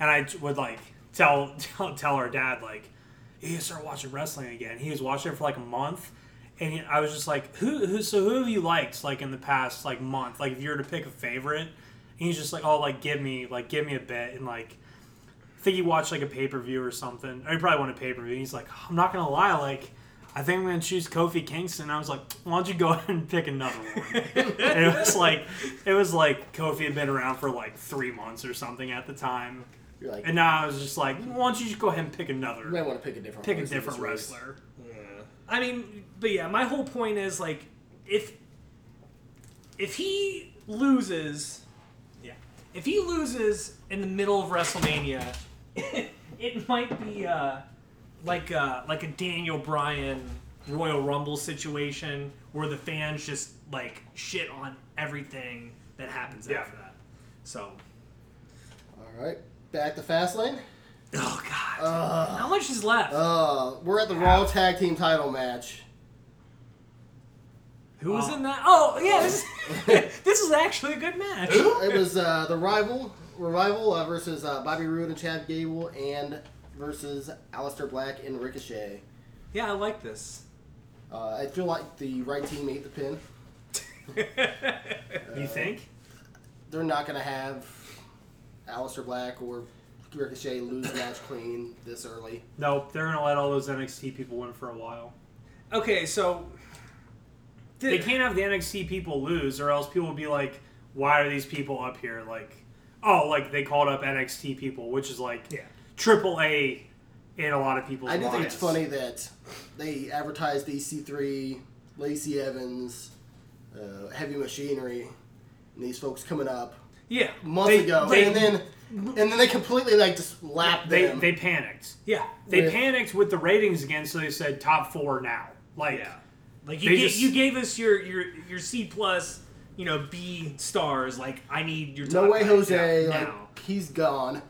and I would like tell <laughs> tell, tell our dad like, "You need to start watching wrestling again." He was watching it for like a month, and he- I was just like, "Who? Who? So who have you liked like in the past like month? Like if you were to pick a favorite?" And he's just like, "Oh, like give me like give me a bit," and like think he watched like a pay per view or something. Or he probably won a pay per view. He's like, I'm not gonna lie, like. I think I'm gonna choose Kofi Kingston. I was like, why don't you go <laughs> ahead and pick another one? and it was like, it was like Kofi had been around for like three months or something at the time. You're like, And now I was just like, why don't you just go ahead and pick another, you might want to pick a different pick a horse in different this race. wrestler. I mean, but yeah, my whole point is like, if if he loses, yeah, if he loses in the middle of WrestleMania, <laughs> it might be uh, like a, like a Daniel Bryan Royal Rumble situation where the fans just like shit on everything that happens after that. So, All right, back to Fastlane. oh god, how much is left? Uh, we're at the Raw Tag Team Title match. Who was in that? Oh yeah, this is, <laughs> this is actually a good match. <laughs> It was uh, the rival revival uh, versus uh, Bobby Roode and Chad Gable, and versus Aleister Black and Ricochet. Yeah, I like this. Uh, I feel like the right team ate the pin. Uh, You think? They're not gonna have Aleister Black or Ricochet lose the match clean this early. Nope. They're gonna let all those NXT people win for a while. Okay, so They can't have the NXT people lose, or else people will be like, "Why are these people up here?" Like, oh, like they called up NXT people, which is like Yeah. triple A in a lot of people's. I do think minds. it's funny that they advertised EC3, Lacey Evans, uh, Heavy Machinery, and these folks coming up yeah, months They- ago, they- and then and then they completely like just lapped They them. they panicked. yeah, They Yeah. panicked with the ratings again, so they said top four now. Like, yeah. Like you, They ga- just- you gave us your your your C plus, you know, B stars. Like I need your no top way, guys Jose! now. like Now. he's gone.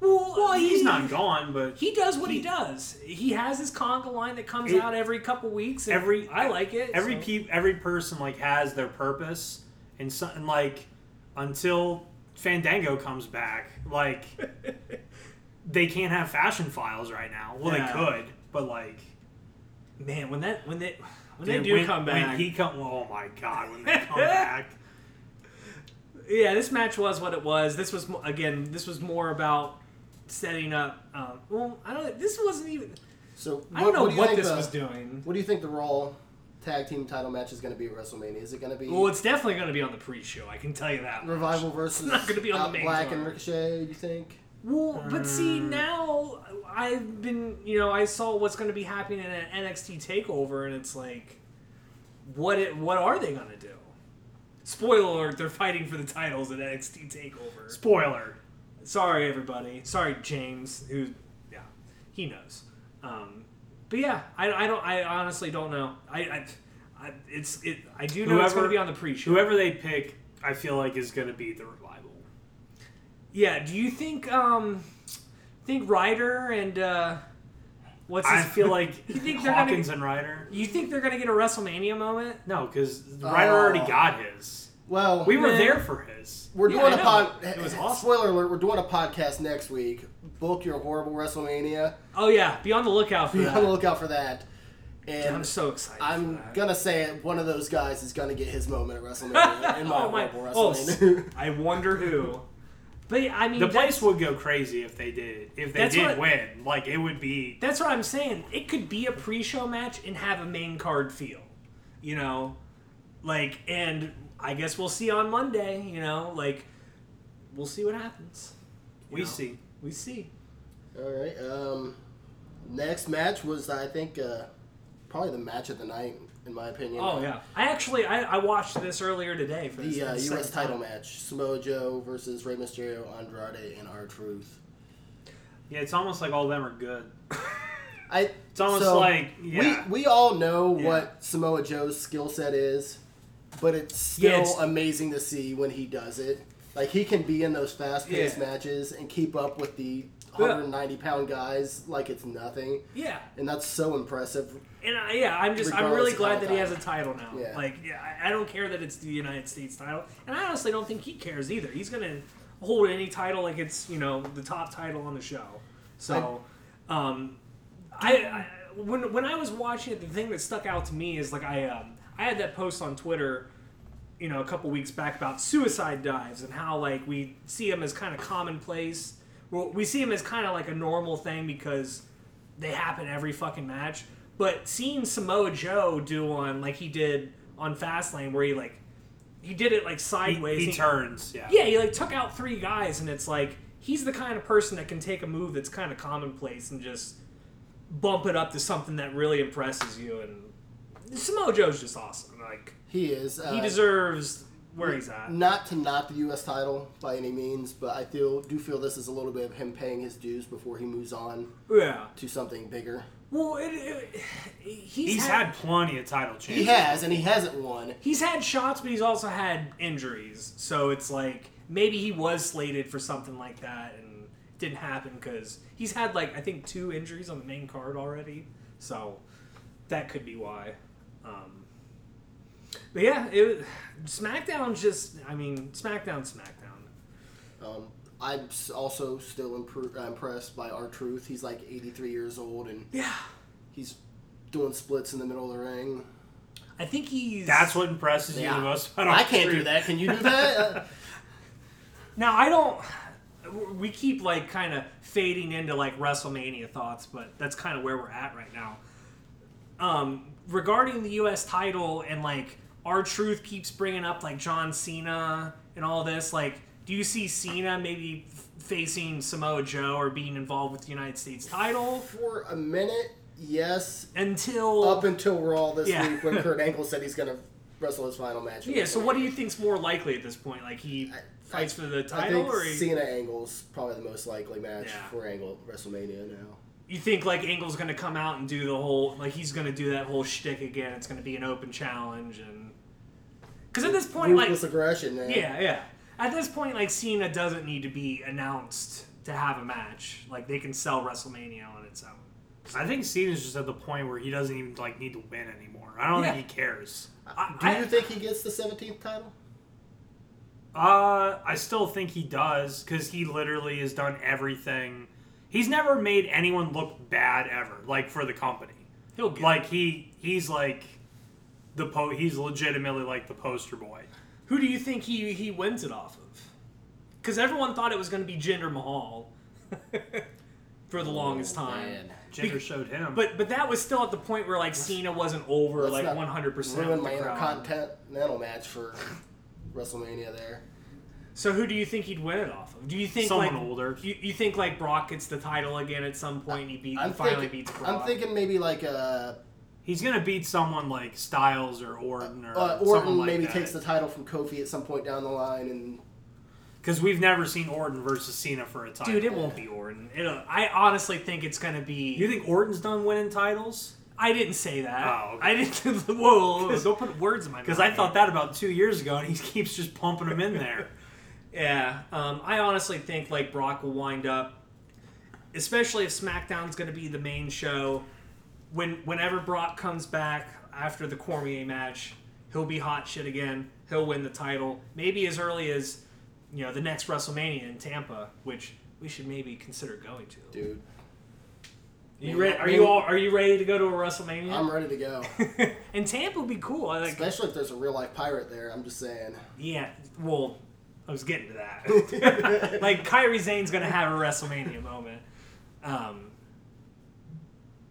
Well, well, he's he- not gone, but He does what he, does. He has his conga line that comes It- out every couple weeks. And every I like it. Every so. peop, every person like has their purpose, and something like until Fandango comes back, <laughs> like they can't have fashion files right now. Well, Yeah. they could, but like man, when that when they when dude, they do when- come back, when he come, oh my god, when they come <laughs> back, yeah, this match was what it was. This was mo- again, this was more about setting up. Um, well, I don't. This wasn't even. So what, I don't know what do what, you think this the, was doing. What do you think the Raw tag team title match is going to be at WrestleMania? Is it going to be Well, it's definitely going to be on the pre-show. I can tell you that. Revival versus not gonna be on the Out main Black card. and Ricochet? You think? Well, but see now, I've been, you know, I saw what's going to be happening in an NXT Takeover, and it's like, what? It, what are they going to do? Spoiler alert: They're fighting for the titles at NXT Takeover. spoiler. Sorry, everybody. Sorry, James. Who? Yeah, he knows. Um, but yeah, I, I don't. I honestly don't know. I, I, I it's it. I do know it's going Whoever- to be on the pre-show. Whoever they pick, I feel like is going to be the revival. Yeah. Do you think um, think Ryder and uh, what's his, I <laughs> <laughs> feel like You think they're gonna- Hawkins and Ryder. you think they're gonna get a WrestleMania moment? No, because Ryder already Oh. got his. Well, We were Man. there for his. We're Yeah, doing I a know. pod. It <laughs> was awesome. Spoiler alert: We're doing a podcast next week. Book your horrible WrestleMania. Oh yeah, be on the lookout for Be on the that. lookout for that. I'm And so excited. I'm for that. gonna say it, one of those guys is gonna get his moment at WrestleMania <laughs> in my Oh my! horrible Oh, <laughs> WrestleMania. s- I wonder who. But yeah, I mean, The that's, place would go crazy if they did. If they That's did what- win, like it would be. that's what I'm saying. It could be a pre-show match and have a main card feel, you know, like and I guess we'll see on Monday. You know, like we'll see what happens. We know. see. We see. All right. Um, next match was I think uh, probably the match of the night in my opinion. Oh yeah, I actually I, I watched this earlier today for The this- uh, this U.S. second time. title match: Samoa Joe versus Rey Mysterio, Andrade, and R Truth. Yeah, it's almost like all of them are good. I. It's almost so- like yeah. We, we all know Yeah. what Samoa Joe's skill set is, but it's still Yeah, it's- amazing to see when he does it. Like he can be in those fast paced Yeah. matches and keep up with the Yeah. 190 pound guys like it's nothing. Yeah, And that's so impressive. and I, yeah, I'm just I'm Regardless really of glad how that he bad. has a title now. Yeah. Like yeah, I, I don't care that it's the United States title, and I honestly don't think he cares either. He's gonna hold any title like it's you know the top title on the show. So, um, I, I when when I was watching it, the thing that stuck out to me is like I um I had that post on Twitter you know, a couple weeks back about suicide dives and how like we see them as kind of commonplace, well, we see him as kind of like a normal thing because they happen every fucking match. But seeing Samoa Joe do one like he did on Fastlane, where he like he did it like sideways, He and turns. Yeah. yeah, he like took out three guys, and it's like he's the kind of person that can take a move that's kind of commonplace and just bump it up to something that really impresses you. And Samoa Joe's just awesome. Like He is. Uh, he deserves where he's at. not to knock the U.S. title by any means, but I feel do feel this is a little bit of him paying his dues before he moves on Yeah. to something bigger. Well, it, it, he's, He's had, had plenty of title changes. He has, and he hasn't won. he's had shots, but he's also had injuries. So it's like maybe he was slated for something like that and it didn't happen because he's had like I think two injuries on the main card already. So that could be why. Um, but yeah, it SmackDown just I mean SmackDown SmackDown. Um, I'm s- also still impro- uh, impressed by our truth. He's like 83 years old, and Yeah, he's doing splits in the middle of the ring. I think he's That's what impresses you the most. about I can't do Drew. that. Can you do <laughs> that? Uh, Now I don't. We keep like kind of fading into like WrestleMania thoughts, but that's kind of where we're at right now. Um, regarding the U.S. title and like our truth keeps bringing up like John Cena and all this. Like, do you see Cena maybe f- facing Samoa Joe or being involved with the United States title for a minute, yes. until? Up until Raw this Yeah. week, when <laughs> Kurt Angle said he's gonna wrestle his final match. yeah. So what do you think's more likely at this point? Like he fights for the I title, think or he, Cena Angle's probably the most likely match Yeah. for Angle at WrestleMania now. you think like Angle's gonna come out and do the whole like he's gonna do that whole shtick again. It's gonna be an open challenge and because at this point like Ruthless aggression, man. yeah yeah at this point like Cena doesn't need to be announced to have a match. Like they can sell WrestleMania on its own. I think Cena's just at the point where he doesn't even like need to win anymore. I don't Yeah. think he cares. I, Do I- you think he gets the 17th title? Uh, I still think he does because he literally has done everything. He's never made anyone look bad ever, like for the company. he'll get Like he he's like the po. He's legitimately like the poster boy. who do you think he he wins it off of? Because everyone thought it was gonna be Jinder Mahal <laughs> for Oh, the longest time. Jinder showed him, But but that was still at the point where like Cena wasn't over Let's like not one hundred percent. Ruin my intercontinental match <laughs> for WrestleMania there. So who do you think he'd win it off of? Do you think Someone like, older. You, you think like Brock gets the title again at some point? And he beat, I'm he finally thinking, beats Brock. I'm thinking maybe like uh, he's gonna beat someone like Styles or Orton or uh, someone Orton like maybe that. takes the title from Kofi at some point down the line, and Because we've never seen Orton versus Cena for a title. Dude, it uh, won't be Orton. It'll, I honestly think it's gonna be. You think Orton's done winning titles? I didn't say that. Oh, okay. I didn't. <laughs> Whoa, whoa, whoa, don't put words in my mouth. Because I thought that about two years ago, and he <laughs> keeps just pumping him in <laughs> there. Yeah, um, I honestly think like Brock will wind up, especially if SmackDown's going to be the main show. When whenever Brock comes back after the Cormier match, he'll be hot shit again. He'll win the title, maybe as early as you know the next WrestleMania in Tampa, which we should maybe consider going to. dude, you re- are you all are you ready to go to a WrestleMania? I'm ready to <laughs> go. and Tampa would be cool. I like, Especially if there's a real life pirate there. I'm just saying. yeah, well, I was getting to <laughs> that. <laughs> like Kyrie Zane's gonna have a WrestleMania moment. Um,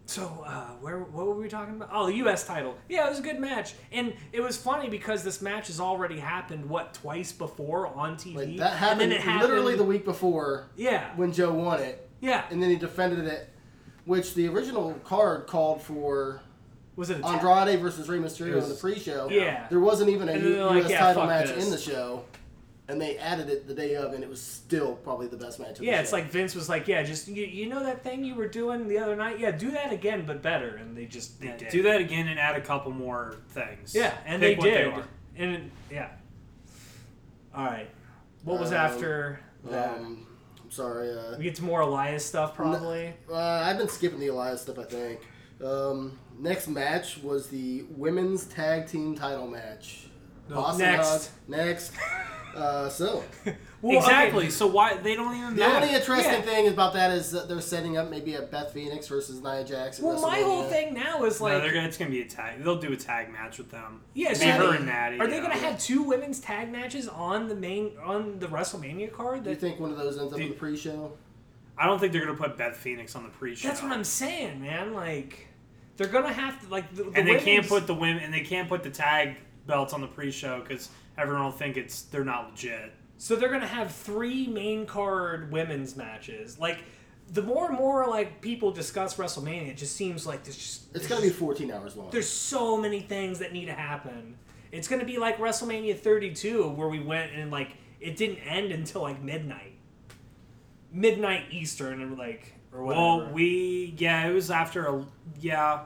so uh, where what were we talking about? Oh, the U.S. title. Yeah, it was a good match, and it was funny because this match has already happened what twice before on TV. Like that happened, and then it happened. literally the week before yeah, when Joe won it, yeah. and then he defended it, which the original card called for Was it a tag? Andrade versus Rey Mysterio on the pre-show. Yeah. there wasn't even a And then U- they're like, U.S. "Yeah, title fuck match this." in the show, and they added it the day of, and it was still probably the best match. Of the Yeah, it's show. like Vince was like, yeah, just you, you know that thing you were doing the other night. Yeah, do that again, but better. And they just they did. Do that again and add a couple more things. Yeah, and Pick they what did. are. and it- yeah. All right. What was Um, after that? Um, I'm sorry. Uh, we get to more Elias stuff, probably. uh, I've been skipping the Elias stuff. I think. Um, next match was the women's tag team title match. Boston next. Hug- <laughs> next. Uh, so Well, okay, exactly. So why they don't even the matter? only interesting Yeah. thing about that is that they're setting up maybe a Beth Phoenix versus Nia Jax. at Well, my whole WrestleMania. thing now is No, like, they're gonna, it's gonna be a tag. They'll do a tag match with them. yeah, Be so her they- and Natty. Are they yeah. gonna have two women's tag matches on the main on the WrestleMania card? Do you That think one of those ends up in the pre-show? I don't think they're gonna put Beth Phoenix on the pre-show. That's what I'm saying, man. Like, they're gonna have to like. The, the and they can't women's- put the women and they can't put the tag belts on the pre-show because everyone will think it's they're not legit. So they're gonna have three main card women's matches. Like, the more and more like people discuss WrestleMania, it just seems like there's just It's gonna be 14 hours long. there's so many things that need to happen. It's gonna be like WrestleMania 32, where we went and like it didn't end until like midnight, midnight Eastern, and like or whatever. Well, we yeah, it was after a yeah,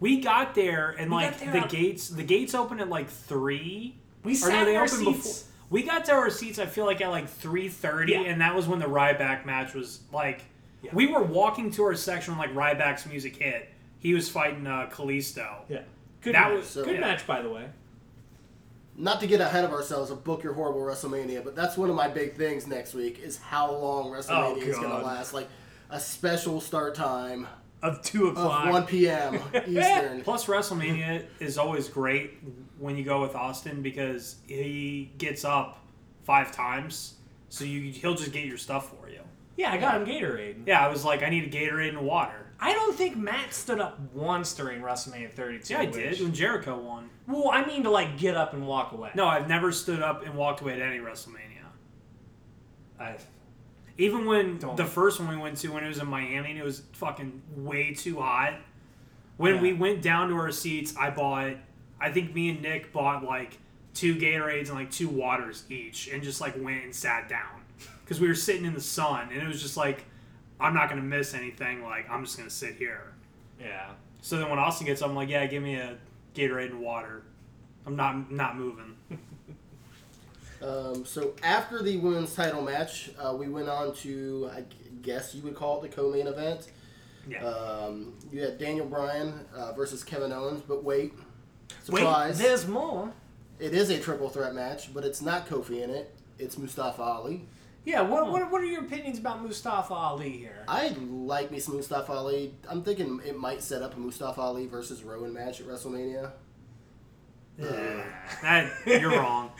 we got there and We like got there the at- gates the gates open at like three. we Or sat no, they in our opened seats. before. We got to our seats. I feel like at like three thirty, Yeah. and that was when the Ryback match was like. Yeah. We were walking to our section when like Ryback's music hit. He was fighting uh, Kalisto. Yeah, good That match. was- so- good yeah. match by the way. Not to get ahead of ourselves or book your horrible WrestleMania, but that's one of my big things next week is how long WrestleMania is gonna Oh, God. last. Like a special start time Of two of <laughs> 1 p.m. Eastern. Plus, WrestleMania is always great when you go with Austin because he gets up five times, so you he'll just get your stuff for you. Yeah, I got him Gatorade. Yeah, I was like, I need a Gatorade and water. I don't think Matt stood up once during WrestleMania 32. Yeah, I which- did when Jericho won. Well, I mean to like get up and walk away. No, I've never stood up and walked away at any WrestleMania. I, Even when Don't. the first one we went to, when it was in Miami, and it was fucking way too hot. When Yeah. we went down to our seats, I bought. I think me and Nick bought like two Gatorades and like two waters each, and just like went and sat down because we were sitting in the sun, and it was just like, I'm not gonna miss anything. Like I'm just gonna sit here. yeah. So then when Austin gets up, I'm like, yeah, give me a Gatorade and water. I'm not not moving. Um, so after the women's title match, uh, we went on to, I g- guess you would call it the co-main event. Yeah. Um, you had Daniel Bryan uh, versus Kevin Owens, but wait, Wait, surprise! there's more. it is a triple threat match, but it's not Kofi in it. It's Mustafa Ali. Yeah, Hmm. what, what, what are your opinions about Mustafa Ali here? I like me some Mustafa Ali. I'm thinking it might set up a Mustafa Ali versus Rowan match at <laughs> WrestleMania. That, you're <laughs> wrong.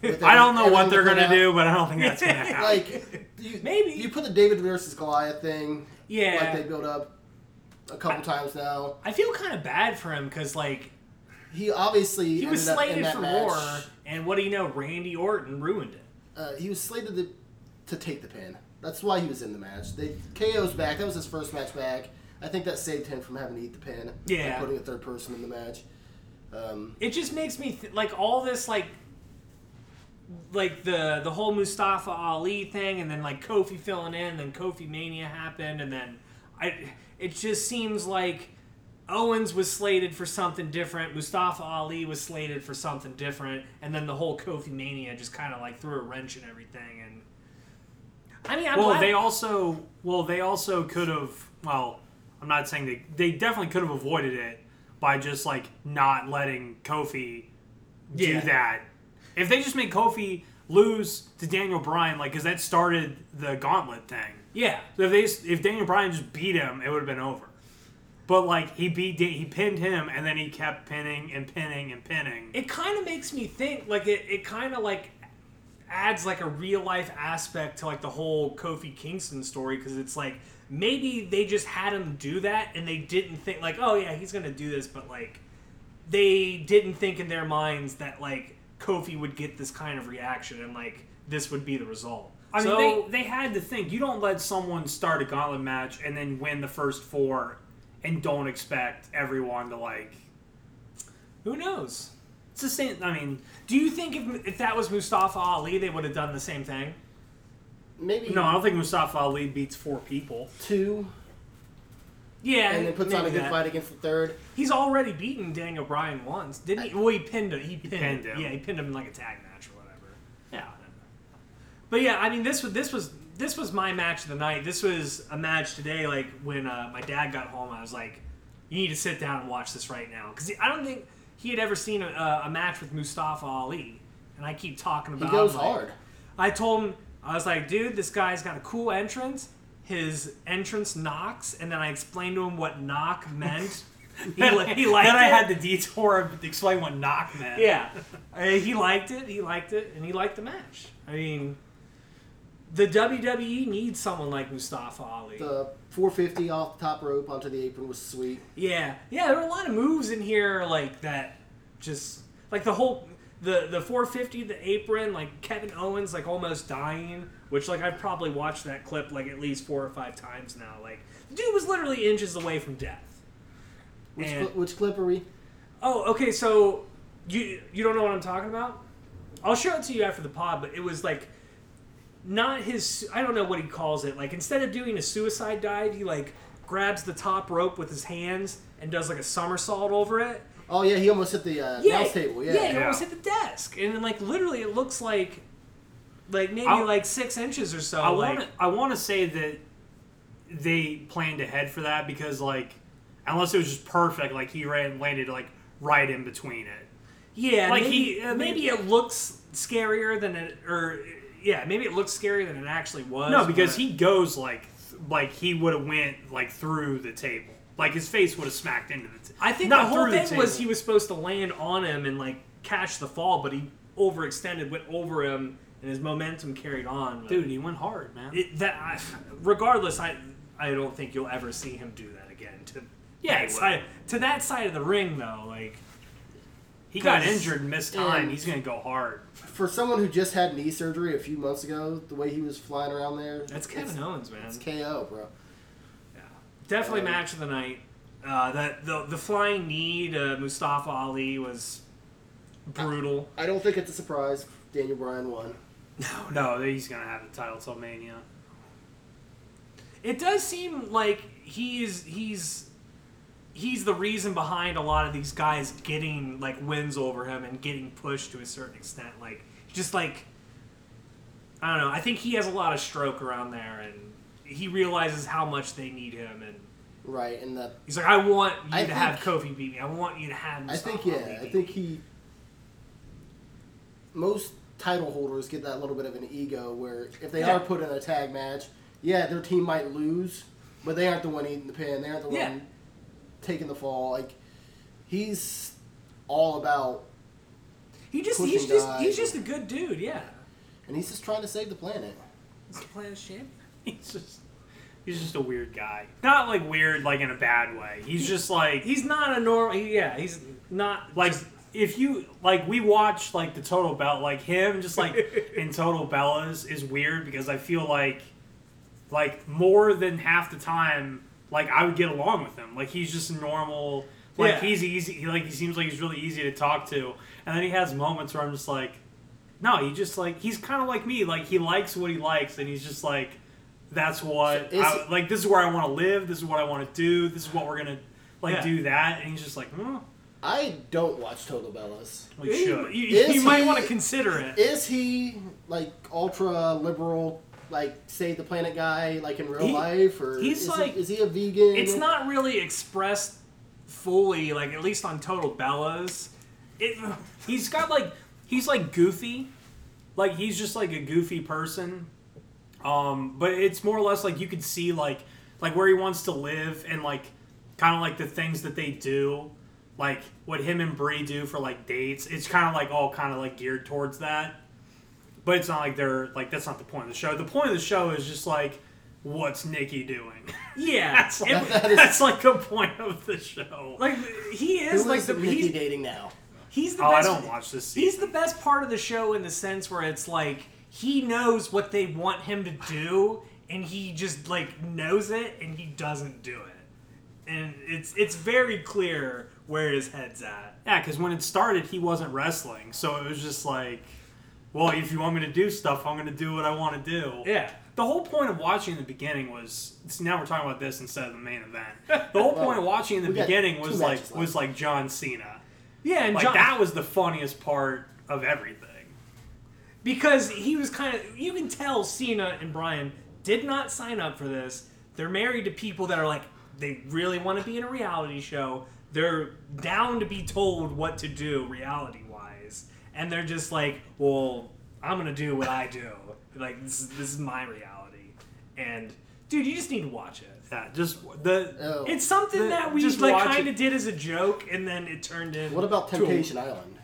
With I don't know everyone what they're put gonna out- do, but I don't think <laughs> that's gonna happen. Like you, Maybe. you put the David versus Goliath thing. Yeah. like they built up a couple times now. I feel kind of bad for him because like He obviously he was ended up in slated that for match. more, and what do you know? Randy Orton ruined it. Uh, he was slated to, to take the pin. That's why he was in the match. They KO's back. That was his first match back. I think that saved him from having to eat the pin. by Yeah. putting a third person in the match. Um, It just makes me th- like all this like like the the whole Mustafa Ali thing, and then like Kofi filling in, then Kofi Mania happened, and then I it just seems like Owens was slated for something different, Mustafa Ali was slated for something different, and then the whole Kofi Mania just kind of like threw a wrench in everything. And I mean, I'm Well, glad- they also well they also could have well I'm not saying they they definitely could have avoided it by just like not letting Kofi Yeah. do that. If they just made Kofi lose to Daniel Bryan, like because that started the gauntlet thing. yeah. So if they just- if Daniel Bryan just beat him, it would have been over. But like he beat Dan- he pinned him and then he kept pinning and pinning and pinning. it kind of makes me think like it, it kind of like adds like a real life aspect to like the whole kofi kingston story because it's like maybe they just had him do that and they didn't think like oh yeah he's gonna do this but like they didn't think in their minds that like kofi would get this kind of reaction and like this would be the result I mean, so they, they had to think. You don't let someone start a gauntlet match and then win the first four and don't expect everyone to, like. who knows It's the same. I mean, do you think if, if that was mustafa ali they would have done the same thing maybe no, I don't think Mustafa Ali beats four people. two, yeah and then puts on a maybe good that. fight against the third. He's already beaten Daniel Bryan once, didn't he? Well, he pinned him. He pinned, pinned him. Yeah, he pinned him in like a tag match or whatever. Yeah. But yeah, I mean, this was this was this was my match of the night. This was a match today. Like when uh, my dad got home, I was like, "You need to sit down and watch this right now," because I don't think he had ever seen a, a match with Mustafa Ali. And I keep talking He about. goes like- hard. I told him, I was like, dude, this guy's got a cool entrance. His entrance knocks, and then I explained to him what knock <laughs> meant. He, li- he liked then I it. had the detour of explain what knock meant. Yeah, Uh, he liked it. He liked it, and he liked the match. I mean, The WWE needs someone like Mustafa Ali. The 450 off the top rope onto the apron was sweet. Yeah, yeah. There were a lot of moves in here like that. Just like the whole the the 450, the apron, like Kevin Owens like almost dying, which like I've probably watched that clip like at least four or five times now. Like the dude was literally inches away from death. Which, And- cli- which clip are we? Oh, okay. So you you don't know what I'm talking about? I'll show it to you after the pod, but it was like not his. I don't know what he calls it. Like instead of doing a suicide dive, he like grabs the top rope with his hands and does like a somersault over it. Oh yeah, he almost hit the uh, Yeah, announce table. Yeah. he yeah. almost hit the desk, and then, like literally, it looks like like maybe I- like six inches or so. I like, want to. I want to say that they planned ahead for that because, like, unless it was just perfect, like he ran landed like right in between it. Yeah, Like, maybe, he- uh, maybe maybe- it looks scarier than it or yeah, maybe it looks scarier than it actually was. No, because but- he goes like th- like he would have went like through the table. Like his face would have smacked into the table. I think Not the whole through the thing was he table. was supposed to land on him and like catch the fall, but he overextended, went over him, and his momentum carried on. dude. He went hard, man. it, that I, regardless, I I don't think you'll ever see him do that again. To Yeah, that he side, to that side of the ring though, like he got 'cause- injured, and missed time. and- He's gonna go hard. For someone who just had knee surgery a few months ago, the way he was flying around there, that's Kevin it's, Owens, man. it's KO, bro. Definitely Yeah. match of the night. Uh, that the the flying knee to Mustafa Ali was brutal. I don't think it's a surprise. Daniel Bryan won. No, no, he's gonna have the title till Mania. it does seem like he is he's he's the reason behind a lot of these guys getting like wins over him and getting pushed to a certain extent like just like i don't know i think he has a lot of stroke around there and he realizes how much they need him and Right, and that he's like i want you I to have think- kofi beat me i want you to have I think Mustafa Ali yeah, I beat think me." he. Most title holders get that little bit of an ego where if they Yeah. are put in a tag match, yeah, their team might lose, but they aren't the one eating the pin. They aren't the Yeah. one taking the fall. Like he's all about, he just pushing he's just guys. he's just a good dude yeah and he's just trying to save the planet. he's a planet champion <laughs> He's just he's just a weird guy. Not like weird, like in a bad way. He's just like he's not a normal yeah he's not like if you like we watch like the total bell like him just <laughs> like in total bellas is weird because i feel like like more than half the time like i would get along with him like he's just normal like Yeah. he's easy he like he seems like he's really easy to talk to and then he has moments where i'm just like no he just like he's kind of like me like he likes what he likes and he's just like that's what So is I, he- like this is where i want to live this is what i want to do this is what we're gonna like Yeah. do that and he's just like hmm, I don't watch Total Bellas. we should you, Is you might he- want to consider it Is he like ultra liberal, like save the planet guy, like in real He- life, or he's is like- he, is he a vegan? it's not really expressed fully, like at least on Total Bellas. it, he's got like he's like goofy like he's just like a goofy person um but it's more or less like you could see like like where he wants to live and like kind of like the things that they do like what him and Bree do for like dates it's kind of like all kind of like geared towards that but it's not like they're like that's not the point of the show the point of the show is just like what's Nikki doing <laughs> Yeah, that's like, that's like the point of the show like he Who is like is the Nikki he, dating now. he's the oh I best. don't watch this season. He's the best part of the show in the sense where it's like he knows what they want him to do, and he just like knows it, and he doesn't do it, and it's it's very clear where his head's at. Yeah, because when it started, he wasn't wrestling, so it was just like, well, if you want me to do stuff, I'm going to do what I want to do. Yeah. The whole point of watching in the beginning was see, now we're talking about this instead of the main <laughs> event. The whole point of watching in the We got beginning two was like matches left. was like John Cena. Yeah, and Like John, that was the funniest part of everything. because he was kind of you can tell Cena and Brian did not sign up for this. They're married to people that are like they really want to be in a reality show. They're down to be told what to do reality wise, and they're just like, "Well, I'm gonna do what I do. Like this, this is my reality." And dude, you just need to watch it. Yeah, just the Oh. It's something The- that we just like watch kind it. of did as a joke, and then it turned into What about Temptation Island?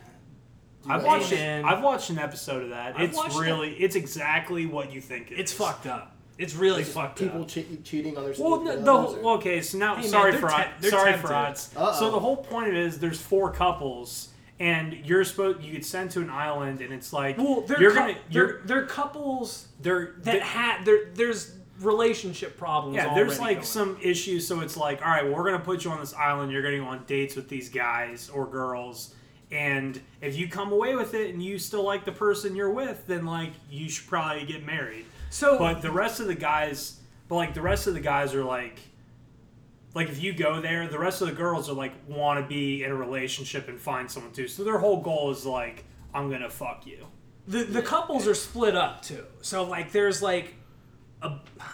I've watched Amen. it. I've watched an episode of that. I've watched it's really, it's exactly what you think it It's is. fucked up. It's really fucked People up. che- cheating on their Well, significant the, the others, whole- or- okay, so now Hey, man, sorry they're for te- odds. they're sorry tempted. for odds. Uh-oh. So the whole point is there's four couples, and you're supposed you get sent to an island, and it's like Well, they're you're cou- gonna you're they're, they're couples they're that had there. There's relationship problems. yeah, there's already like going. some issues, so it's like, all right, well, we're gonna put you on this island. You're gonna go on dates with these guys or girls, and if you come away with it and you still like the person you're with, then like you should probably get married. So- but the rest of the guys, but like the rest of the guys are like, like if you go there, the rest of the girls are like want to be in a relationship and find someone too. So their whole goal is like, I'm gonna fuck you. the, the couples are split up too. So like there's like a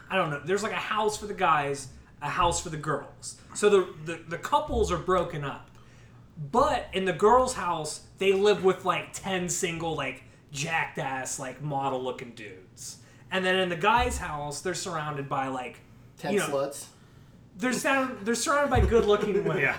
I don't know, there's like a house for the guys, a house for the girls. So the the, the couples are broken up. But in the girls' house, they live with like 10 single like jacked ass like model looking dudes. And then in the guys' house, they're surrounded by like ten you know, sluts. they're sound, they're surrounded by good looking women. Yeah.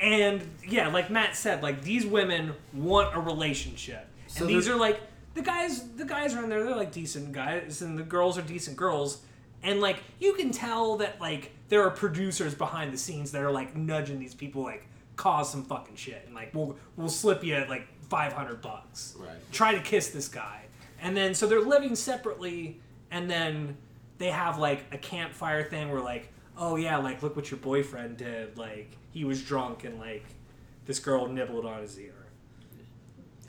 And yeah, like Matt said, like these women want a relationship, So and these they're- are like the guys. The guys are in there; they're like decent guys, and the girls are decent girls. And like you can tell that like there are producers behind the scenes that are like nudging these people, like cause some fucking shit, and like we'll we'll slip you like five hundred bucks. Right. Try to kiss this guy, and then so they're living separately, and then they have like a campfire thing where like oh yeah like look what your boyfriend did like he was drunk and like this girl nibbled on his ear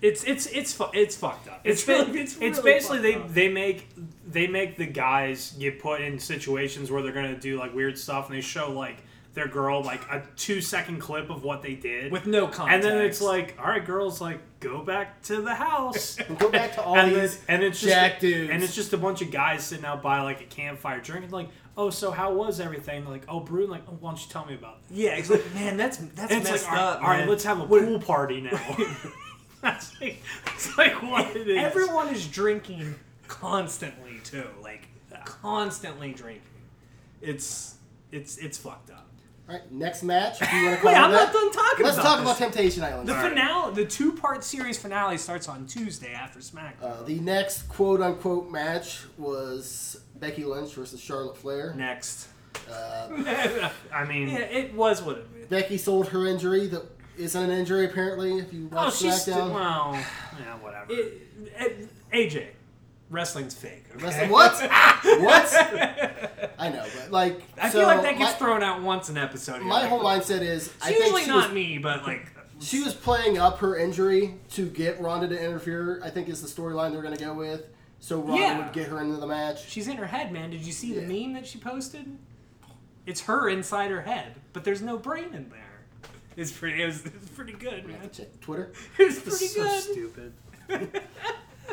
it's it's it's fu- it's fucked up <laughs> It's ba- really- it's, really basically they, fucked up. they make they make the guys get put in situations where they're gonna do like weird stuff, and they show like their girl like a two second clip of what they did with no and context then it's like, all right, girls, like go back to the <laughs> house. Go back to all and, then- these and it's just jack dudes. and it's just a bunch of guys sitting out by like a campfire drinking. Like, oh, so how was everything? They're Like, oh, Bruin, like, oh, why don't you tell me about that? yeah it's like man that's that's And it's messed like, all right, up all right, man. let's have a <laughs> pool party now. <laughs> That's like, it's like what it is. everyone is drinking constantly too like constantly drinking it's it's it's fucked up All right, next match. If you want to call wait it I'm that. not done talking Let's about talk this. about Temptation Island. the All right. finale the two part series finale starts on Tuesday after SmackDown Uh, the next quote unquote match was Becky Lynch versus Charlotte Flair. next I mean, Yeah, it was what it was. Becky sold her injury that isn't an injury apparently. If you watch Oh, she's still- SmackDown, well, yeah, whatever. It, it, AJ, wrestling's fake. okay? Wrestling- what? <laughs> what? I know, but like, I so feel like that gets my, thrown out once an episode. You're My like, whole mindset is It's I think usually she not was, me, but like she was playing up her injury to get Ronda to interfere. I think is the storyline they're going to go with. So Ronda Yeah. would get her into the match. she's in her head, man. Did you see Yeah. the meme that she posted? It's her inside her head, but there's no brain in there. It's pretty. It was, it's pretty good, man. Check Twitter. It was This pretty is so good. stupid.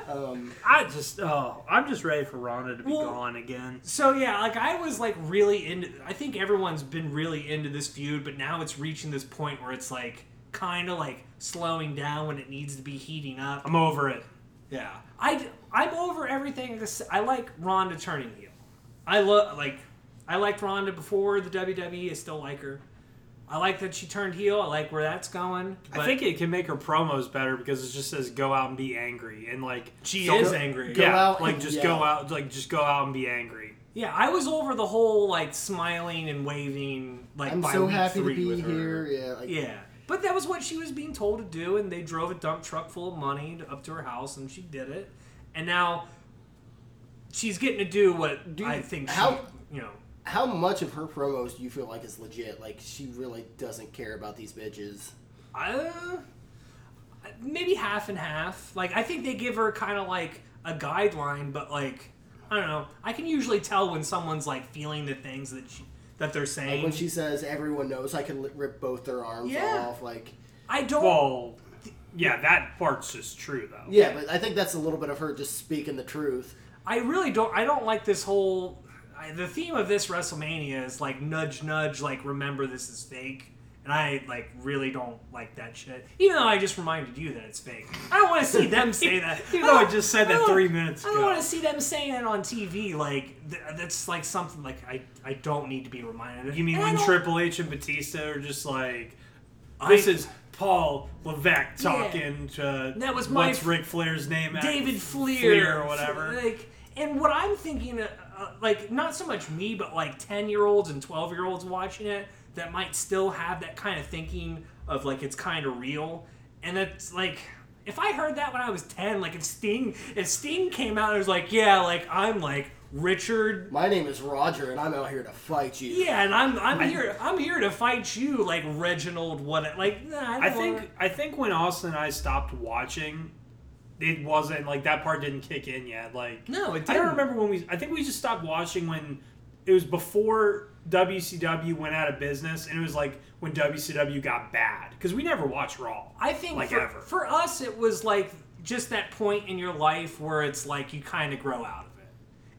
Um, I just, oh, I'm just ready for Ronda to be Well- gone again. So yeah, like I was like really into. I think everyone's been really into this feud, but now it's reaching this point where it's like kind of like slowing down when it needs to be heating up. I'm over it. Yeah, I I'm over everything. This I like Ronda turning heel. I love like I liked Ronda before the WWE. I still like her. I like that she turned heel. I like where that's going. But I think it can make her promos better because it just says go out and be angry and like she don't- is angry. yeah, out like and just yell. go out, like just go out and be angry. yeah. I was over the whole like smiling and waving. Like I'm by so week happy to three be with her. here. Yeah, like, Yeah. But that was what she was being told to do, and they drove a dump truck full of money to- up to her house, and she did it. And now she's getting to do what Dude, I think how- she, you know. How much of her promos do you feel like is legit? Like she really doesn't care about these bitches. Uh, maybe half and half. Like, I think they give her kind of like a guideline, but like, I don't know. I can usually tell when someone's like feeling the things that she, that they're saying. When she says everyone knows I can li- rip both their arms Yeah. off, like I don't. Well, yeah, that part's just true though. yeah, but I think that's a little bit of her just speaking the truth. I really don't. I don't like this whole. I, the theme of this WrestleMania is like nudge, nudge, like remember this is fake, and I like really don't like that shit. Even though I just reminded you that it's fake, I don't want to see them say that. <laughs> Even though I don't- just said that don't- three minutes I don't ago. want to see them saying it on TV. Like th- that's like something like I I don't need to be reminded. of. You mean And I when don't- Triple H and Batista are just like, I- this is Paul Levesque talking to That was my what's f- Ric Flair's name? David Fleer, or whatever. Like, and what I'm thinking, uh, uh, like, not so much me, but like ten year olds and twelve year olds watching it that might still have that kind of thinking of like it's kind of real, and it's like. If I heard that when I was ten, like if Sting, if Sting came out, and was like, yeah, like I'm like Richard My name is Roger, and I'm out here to fight you. Yeah, and I'm I'm here I'm here to fight you, like Reginald. What? Like nah, I, don't I think wanna- I think when Austin and I stopped watching, it wasn't like that part didn't kick in yet. Like No, it I don't didn't. remember when we. I think we just stopped watching when it was before WCW went out of business, and it was like when WCW got bad because we never watched Raw. I think like for, ever. for us it was like just that point in your life where it's like you kind of grow out of it.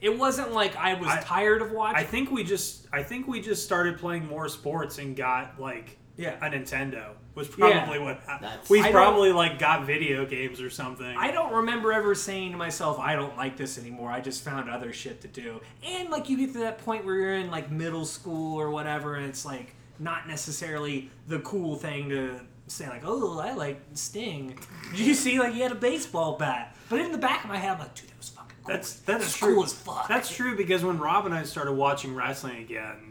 It wasn't like I was I- tired of watching. I think we just I think we just started playing more sports and got like Yeah. a Nintendo was probably what happened. That's- We I don't- probably like got video games or something. I don't remember ever saying to myself, I don't like this anymore. I just found other shit to do. And like you get to that point where you're in like middle school or whatever, and it's like not necessarily the cool thing to say like, oh, I like Sting. <laughs> you see, like he had a baseball bat, but in the back of my head, I'm like, dude, that was fucking cool. That's that's It's true. cool as fuck. That's true because when Rob and I started watching wrestling again,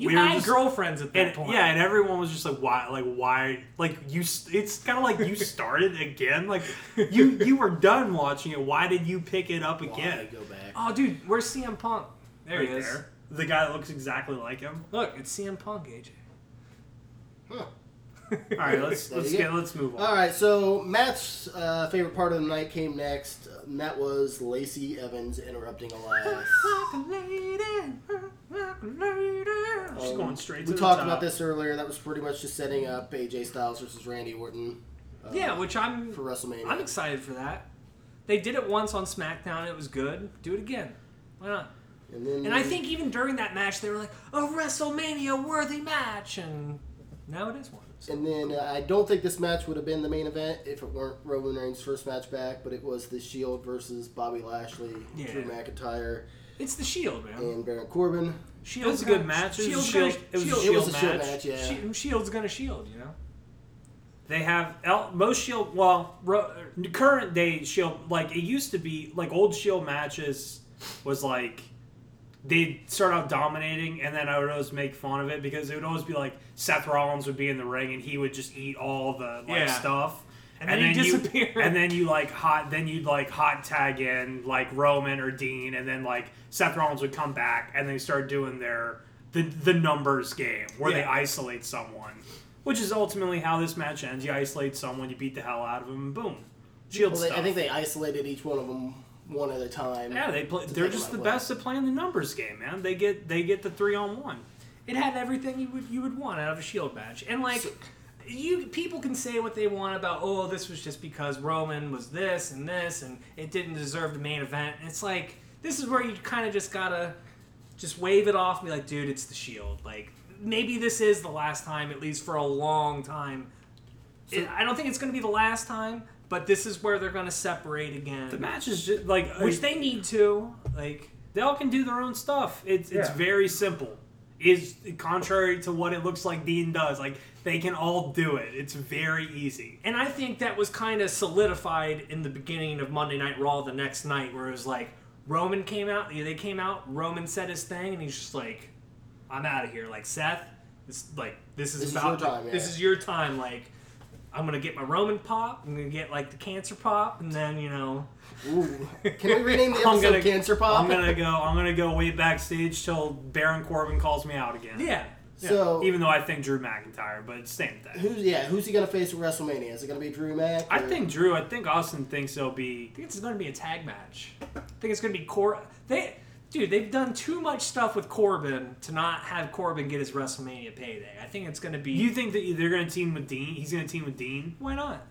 you we were had just- girlfriends at that and, point. yeah, and everyone was just like, why, like why, like you. s- It's kind of like <laughs> you started again. Like you you were done watching it. Why did you pick it up Yeah, again? go back. Oh, dude, where's CM Punk? There Right he is. there. The guy that looks exactly like him. Look, it's CM Punk, AJ. All <laughs> right, let's There let's you go. get let's move on. All right, so Matt's uh, favorite part of the night came next, and that was Lacey Evans interrupting Elias. She's going straight. we to talked the top. about this earlier. That was pretty much just setting up AJ Styles versus Randy Orton Yeah, which I'm for WrestleMania. I'm excited for that. They did it once on SmackDown. It was good. Do it again. Why not? and, then, And I think even during that match, they were like, a WrestleMania worthy match. And now it is one. So- And then uh, I don't think this match would have been the main event if it weren't Roman Reigns' first match back, but it was the Shield versus Bobby Lashley, Yeah. Drew McIntyre, It's the Shield, man. and Baron Corbin. Shield's It was a good match. It was a Shield's shield. It gonna- was a It Shield- was shield a Shield match. match, yeah. Shi- Shield's gonna shield, you know? They have El- most shield. Well, ro- current day shield like it used to be. Like old shield matches was like they'd start out dominating, and then I would always make fun of it because it would always be like Seth Rollins would be in the ring and he would just eat all the like Yeah. stuff. And then he'd you- disappear. <laughs> and then you like hot. Then you'd like hot tag in like Roman or Dean, and then like Seth Rollins would come back, and they start doing their the the numbers game where they Yeah. isolate someone, which is ultimately how this match ends. You isolate someone, you beat the hell out of them, and boom, shield Well, they, stuff. I think they isolated each one of them one at a time. yeah, they play. to They're take just them the out. best at playing the numbers game, man. They get they get the three on one. It had everything you would you would want out of a shield match, and like you people can say what they want about oh this was just because Roman was this and this and it didn't deserve the main event. And it's like this is where you kind of just gotta just wave it off and be like, dude, it's the shield. Like maybe this is the last time, at least for a long time. It- I don't think it's gonna be the last time, but this is where they're gonna separate again, The match is just like which they need to like. they all can do their own stuff. It's it's Yeah. very simple. Is contrary to what it looks like Dean does. Like they can all do it. It's very easy. And I think that was kind of solidified in the beginning of Monday Night Raw the next night, where it was like Roman came out, they came out, Roman said his thing, and he's just like, "I'm out of here." Like Seth, this like this is This is about your time, yeah. this is your time. Like I'm gonna get my Roman pop, I'm gonna get like the cancer pop, and then you know, Ooh. Can we rename <laughs> the I'm episode gonna Cancer Pop? I'm gonna go. I'm gonna go way backstage till Baron Corbin calls me out again. yeah, so, Even though I think Drew McIntyre, but same thing. who's yeah? Who's he gonna face at WrestleMania? Is it gonna be Drew Mac? I or- think Drew. I think Austin thinks it'll be. I think it's gonna be a tag match. I think it's gonna be Cor. They, dude, they've done too much stuff with Corbin to not have Corbin get his WrestleMania payday. I think it's gonna be. You think that they're gonna team with Dean? He's gonna team with Dean. why not?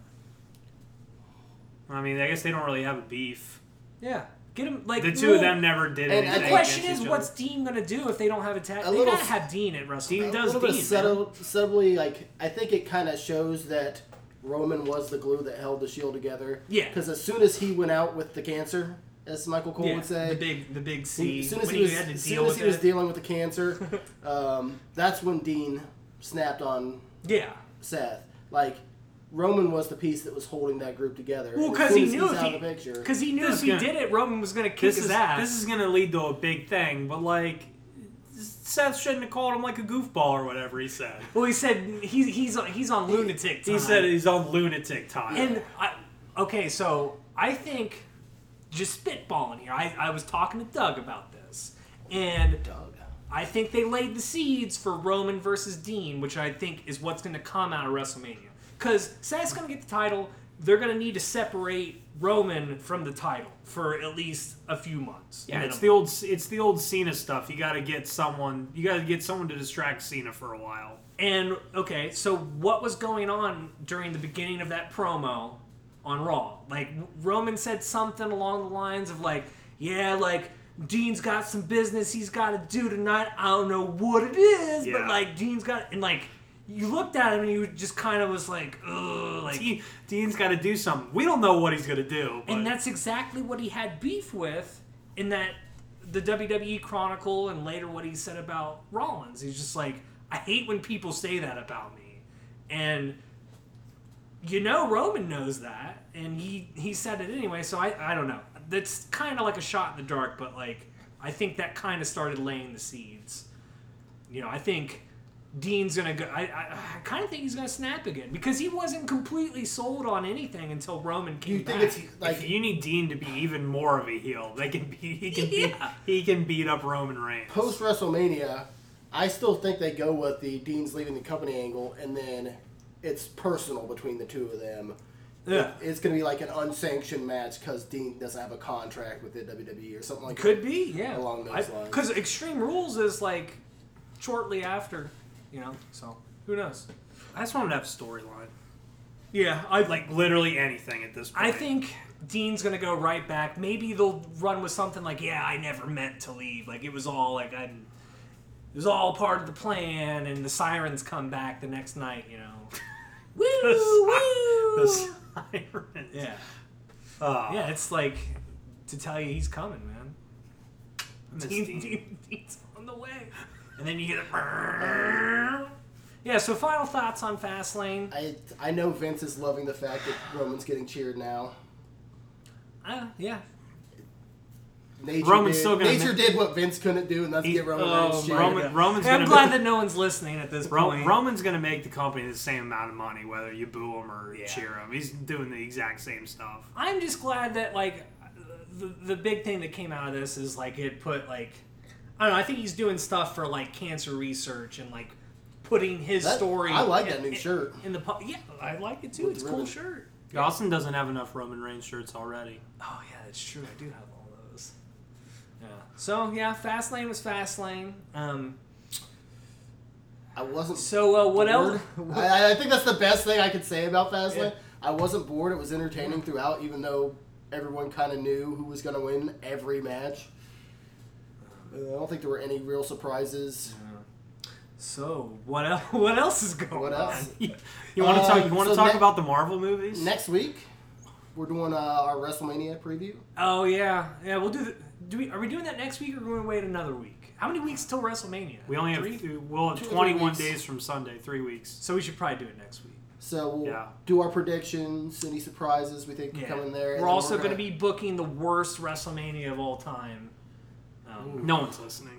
I mean, I guess they don't really have a beef. Yeah. Get him like The two well, of them never did And- and anything. The question against is, each what's other. Dean gonna do if they don't have a tag? A They little gotta s- have Dean at WrestleMania. Dean a does little Dean? bit man. subtle, subtly like I think it kind of shows that Roman was the glue that held the Shield together. Yeah. Because as soon as he went out with the cancer, as Michael Cole yeah, would say, the big, the big C. as soon as when he was, had to as deal soon as with he was it. dealing with the <laughs> cancer, um, that's when Dean snapped on yeah, Seth. Like Roman was the piece that was holding that group together. Well, And as because soon he as knew he's if out he, of the picture, because he knew This if he guy- did it, Roman was gonna kick This his is ass. this is gonna lead to a big thing, but like Seth shouldn't have called him like a goofball or whatever he said. well, he said he's he's on, he's on lunatic. He time. said he's on lunatic time. And I, okay, so I think just spitballing here. I, I was talking to Doug about this, and Doug, I think they laid the seeds for Roman versus Dean, which I think is what's going to come out of WrestleMania. Because Seth's going to get the title, they're going to need to separate Roman from the title for at least a few months. yeah, it's minimum. the old it's the old Cena stuff. You got to get someone. You got to get someone to distract Cena for a while. And okay, so what was going on during the beginning of that promo on Raw? Like Roman said something along the lines of like, "Yeah, like Dean's got some business he's got to do tonight. I don't know what it is, but Yeah. like Dean's got." And like you looked at him and you just kind of was like, "Ugh," like. Dean, Dean's got to do something. We don't know what he's gonna do. But and that's exactly what he had beef with in that the WWE Chronicle and later what he said about Rollins. He's just like, I hate when people say that about me. And you know Roman knows that and he he said it anyway, so I I don't know. That's kind of like a shot in the dark, but like I think that kind of started laying the seeds. You know, I think Dean's gonna go. I, I, I kind of think he's gonna snap again because he wasn't completely sold on anything until Roman came you think it's back. like if you need Dean to be even more of a heel. They can be he can beat Yeah. he can beat up Roman Reigns. post WrestleMania, I still think they go with the Dean's leaving the company angle, and then it's personal between the two of them. Yeah. It's going to be like an unsanctioned match because Dean doesn't have a contract with the WWE or something like Could that. be, yeah. Along those lines. Because Extreme Rules is like shortly after, you know, so who knows? I just want to have a storyline. Yeah, I Like literally anything at this point. I think Dean's gonna go right back. Maybe they'll run with something like, "Yeah, I never meant to leave. Like it was all like I, it was all part of the plan." And the sirens come back the next night, you <laughs> know. <laughs> woo, The <laughs> woo. sirens. Yeah, Oh, yeah. It's like to tell you he's coming, man. I miss Dean, Dean. Dean- <laughs> Dean's on the way. And then you get a. Yeah, so final thoughts on Fastlane. I, I know Vince is loving the fact that Roman's getting cheered now. Uh, yeah. Nature Roman's did, still gonna Nature ma- did what Vince couldn't do, and that's get Roman oh, Reigns cheered. Roman- Roman's Hey, I'm gonna- glad that no one's listening at this Ro- point. Roman's gonna make the company the same amount of money whether you boo him or cheer him. He's doing the exact same stuff. I'm just glad that, like, the, the big thing that came out of this is, like, it put, like, I don't know, I think he's doing stuff for, like, cancer research and, like, putting his That- story. I like in- that new in- shirt. In the pu- Yeah, I like it too. With it's the a cool ribbon. shirt. Austin doesn't have enough Roman Reigns shirts already. <laughs> Oh yeah, that's true. I do have all those. Yeah. So yeah, Fastlane was Fastlane. Um. I wasn't So uh, what else? bored. I, I think that's the best thing I could say about Fastlane. Yeah. I wasn't bored. It was entertaining throughout, even though everyone kind of knew who was going to win every match. Uh, I don't think there were any real surprises. So what else? <laughs> What else is going What on? else? You want to Uh, talk? You want to so talk ne- about the Marvel movies? Next week, we're doing uh, our WrestleMania preview. Oh yeah, yeah. We'll do. The, do we? Are we doing that next week or are we gonna wait another week? How many weeks till WrestleMania? we only have Three? two, we'll Two have or three 21 weeks. days from Sunday, three weeks. So we should probably do it next week. So we'll Yeah. do our predictions, any surprises we think could Yeah. come in there. and We're then also gonna- gonna be booking the worst WrestleMania of all time. Um, No one's listening.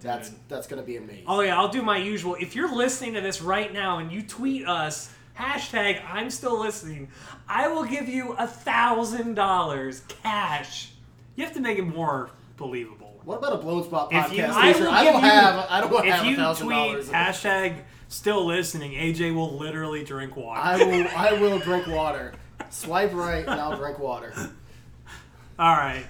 That's that's going to be amazing. Oh yeah, I'll do my usual. If you're listening to this right now and you tweet us hashtag I'm still listening, I will give you a thousand dollars cash. You have to make it more believable. What about a blown spot podcast? If you- I teacher? will I, don't give you- have I don't If have a you thousand tweet dollars. hashtag still listening, AJ will literally drink water. I will I will drink water. Swipe right and I'll drink water. All right.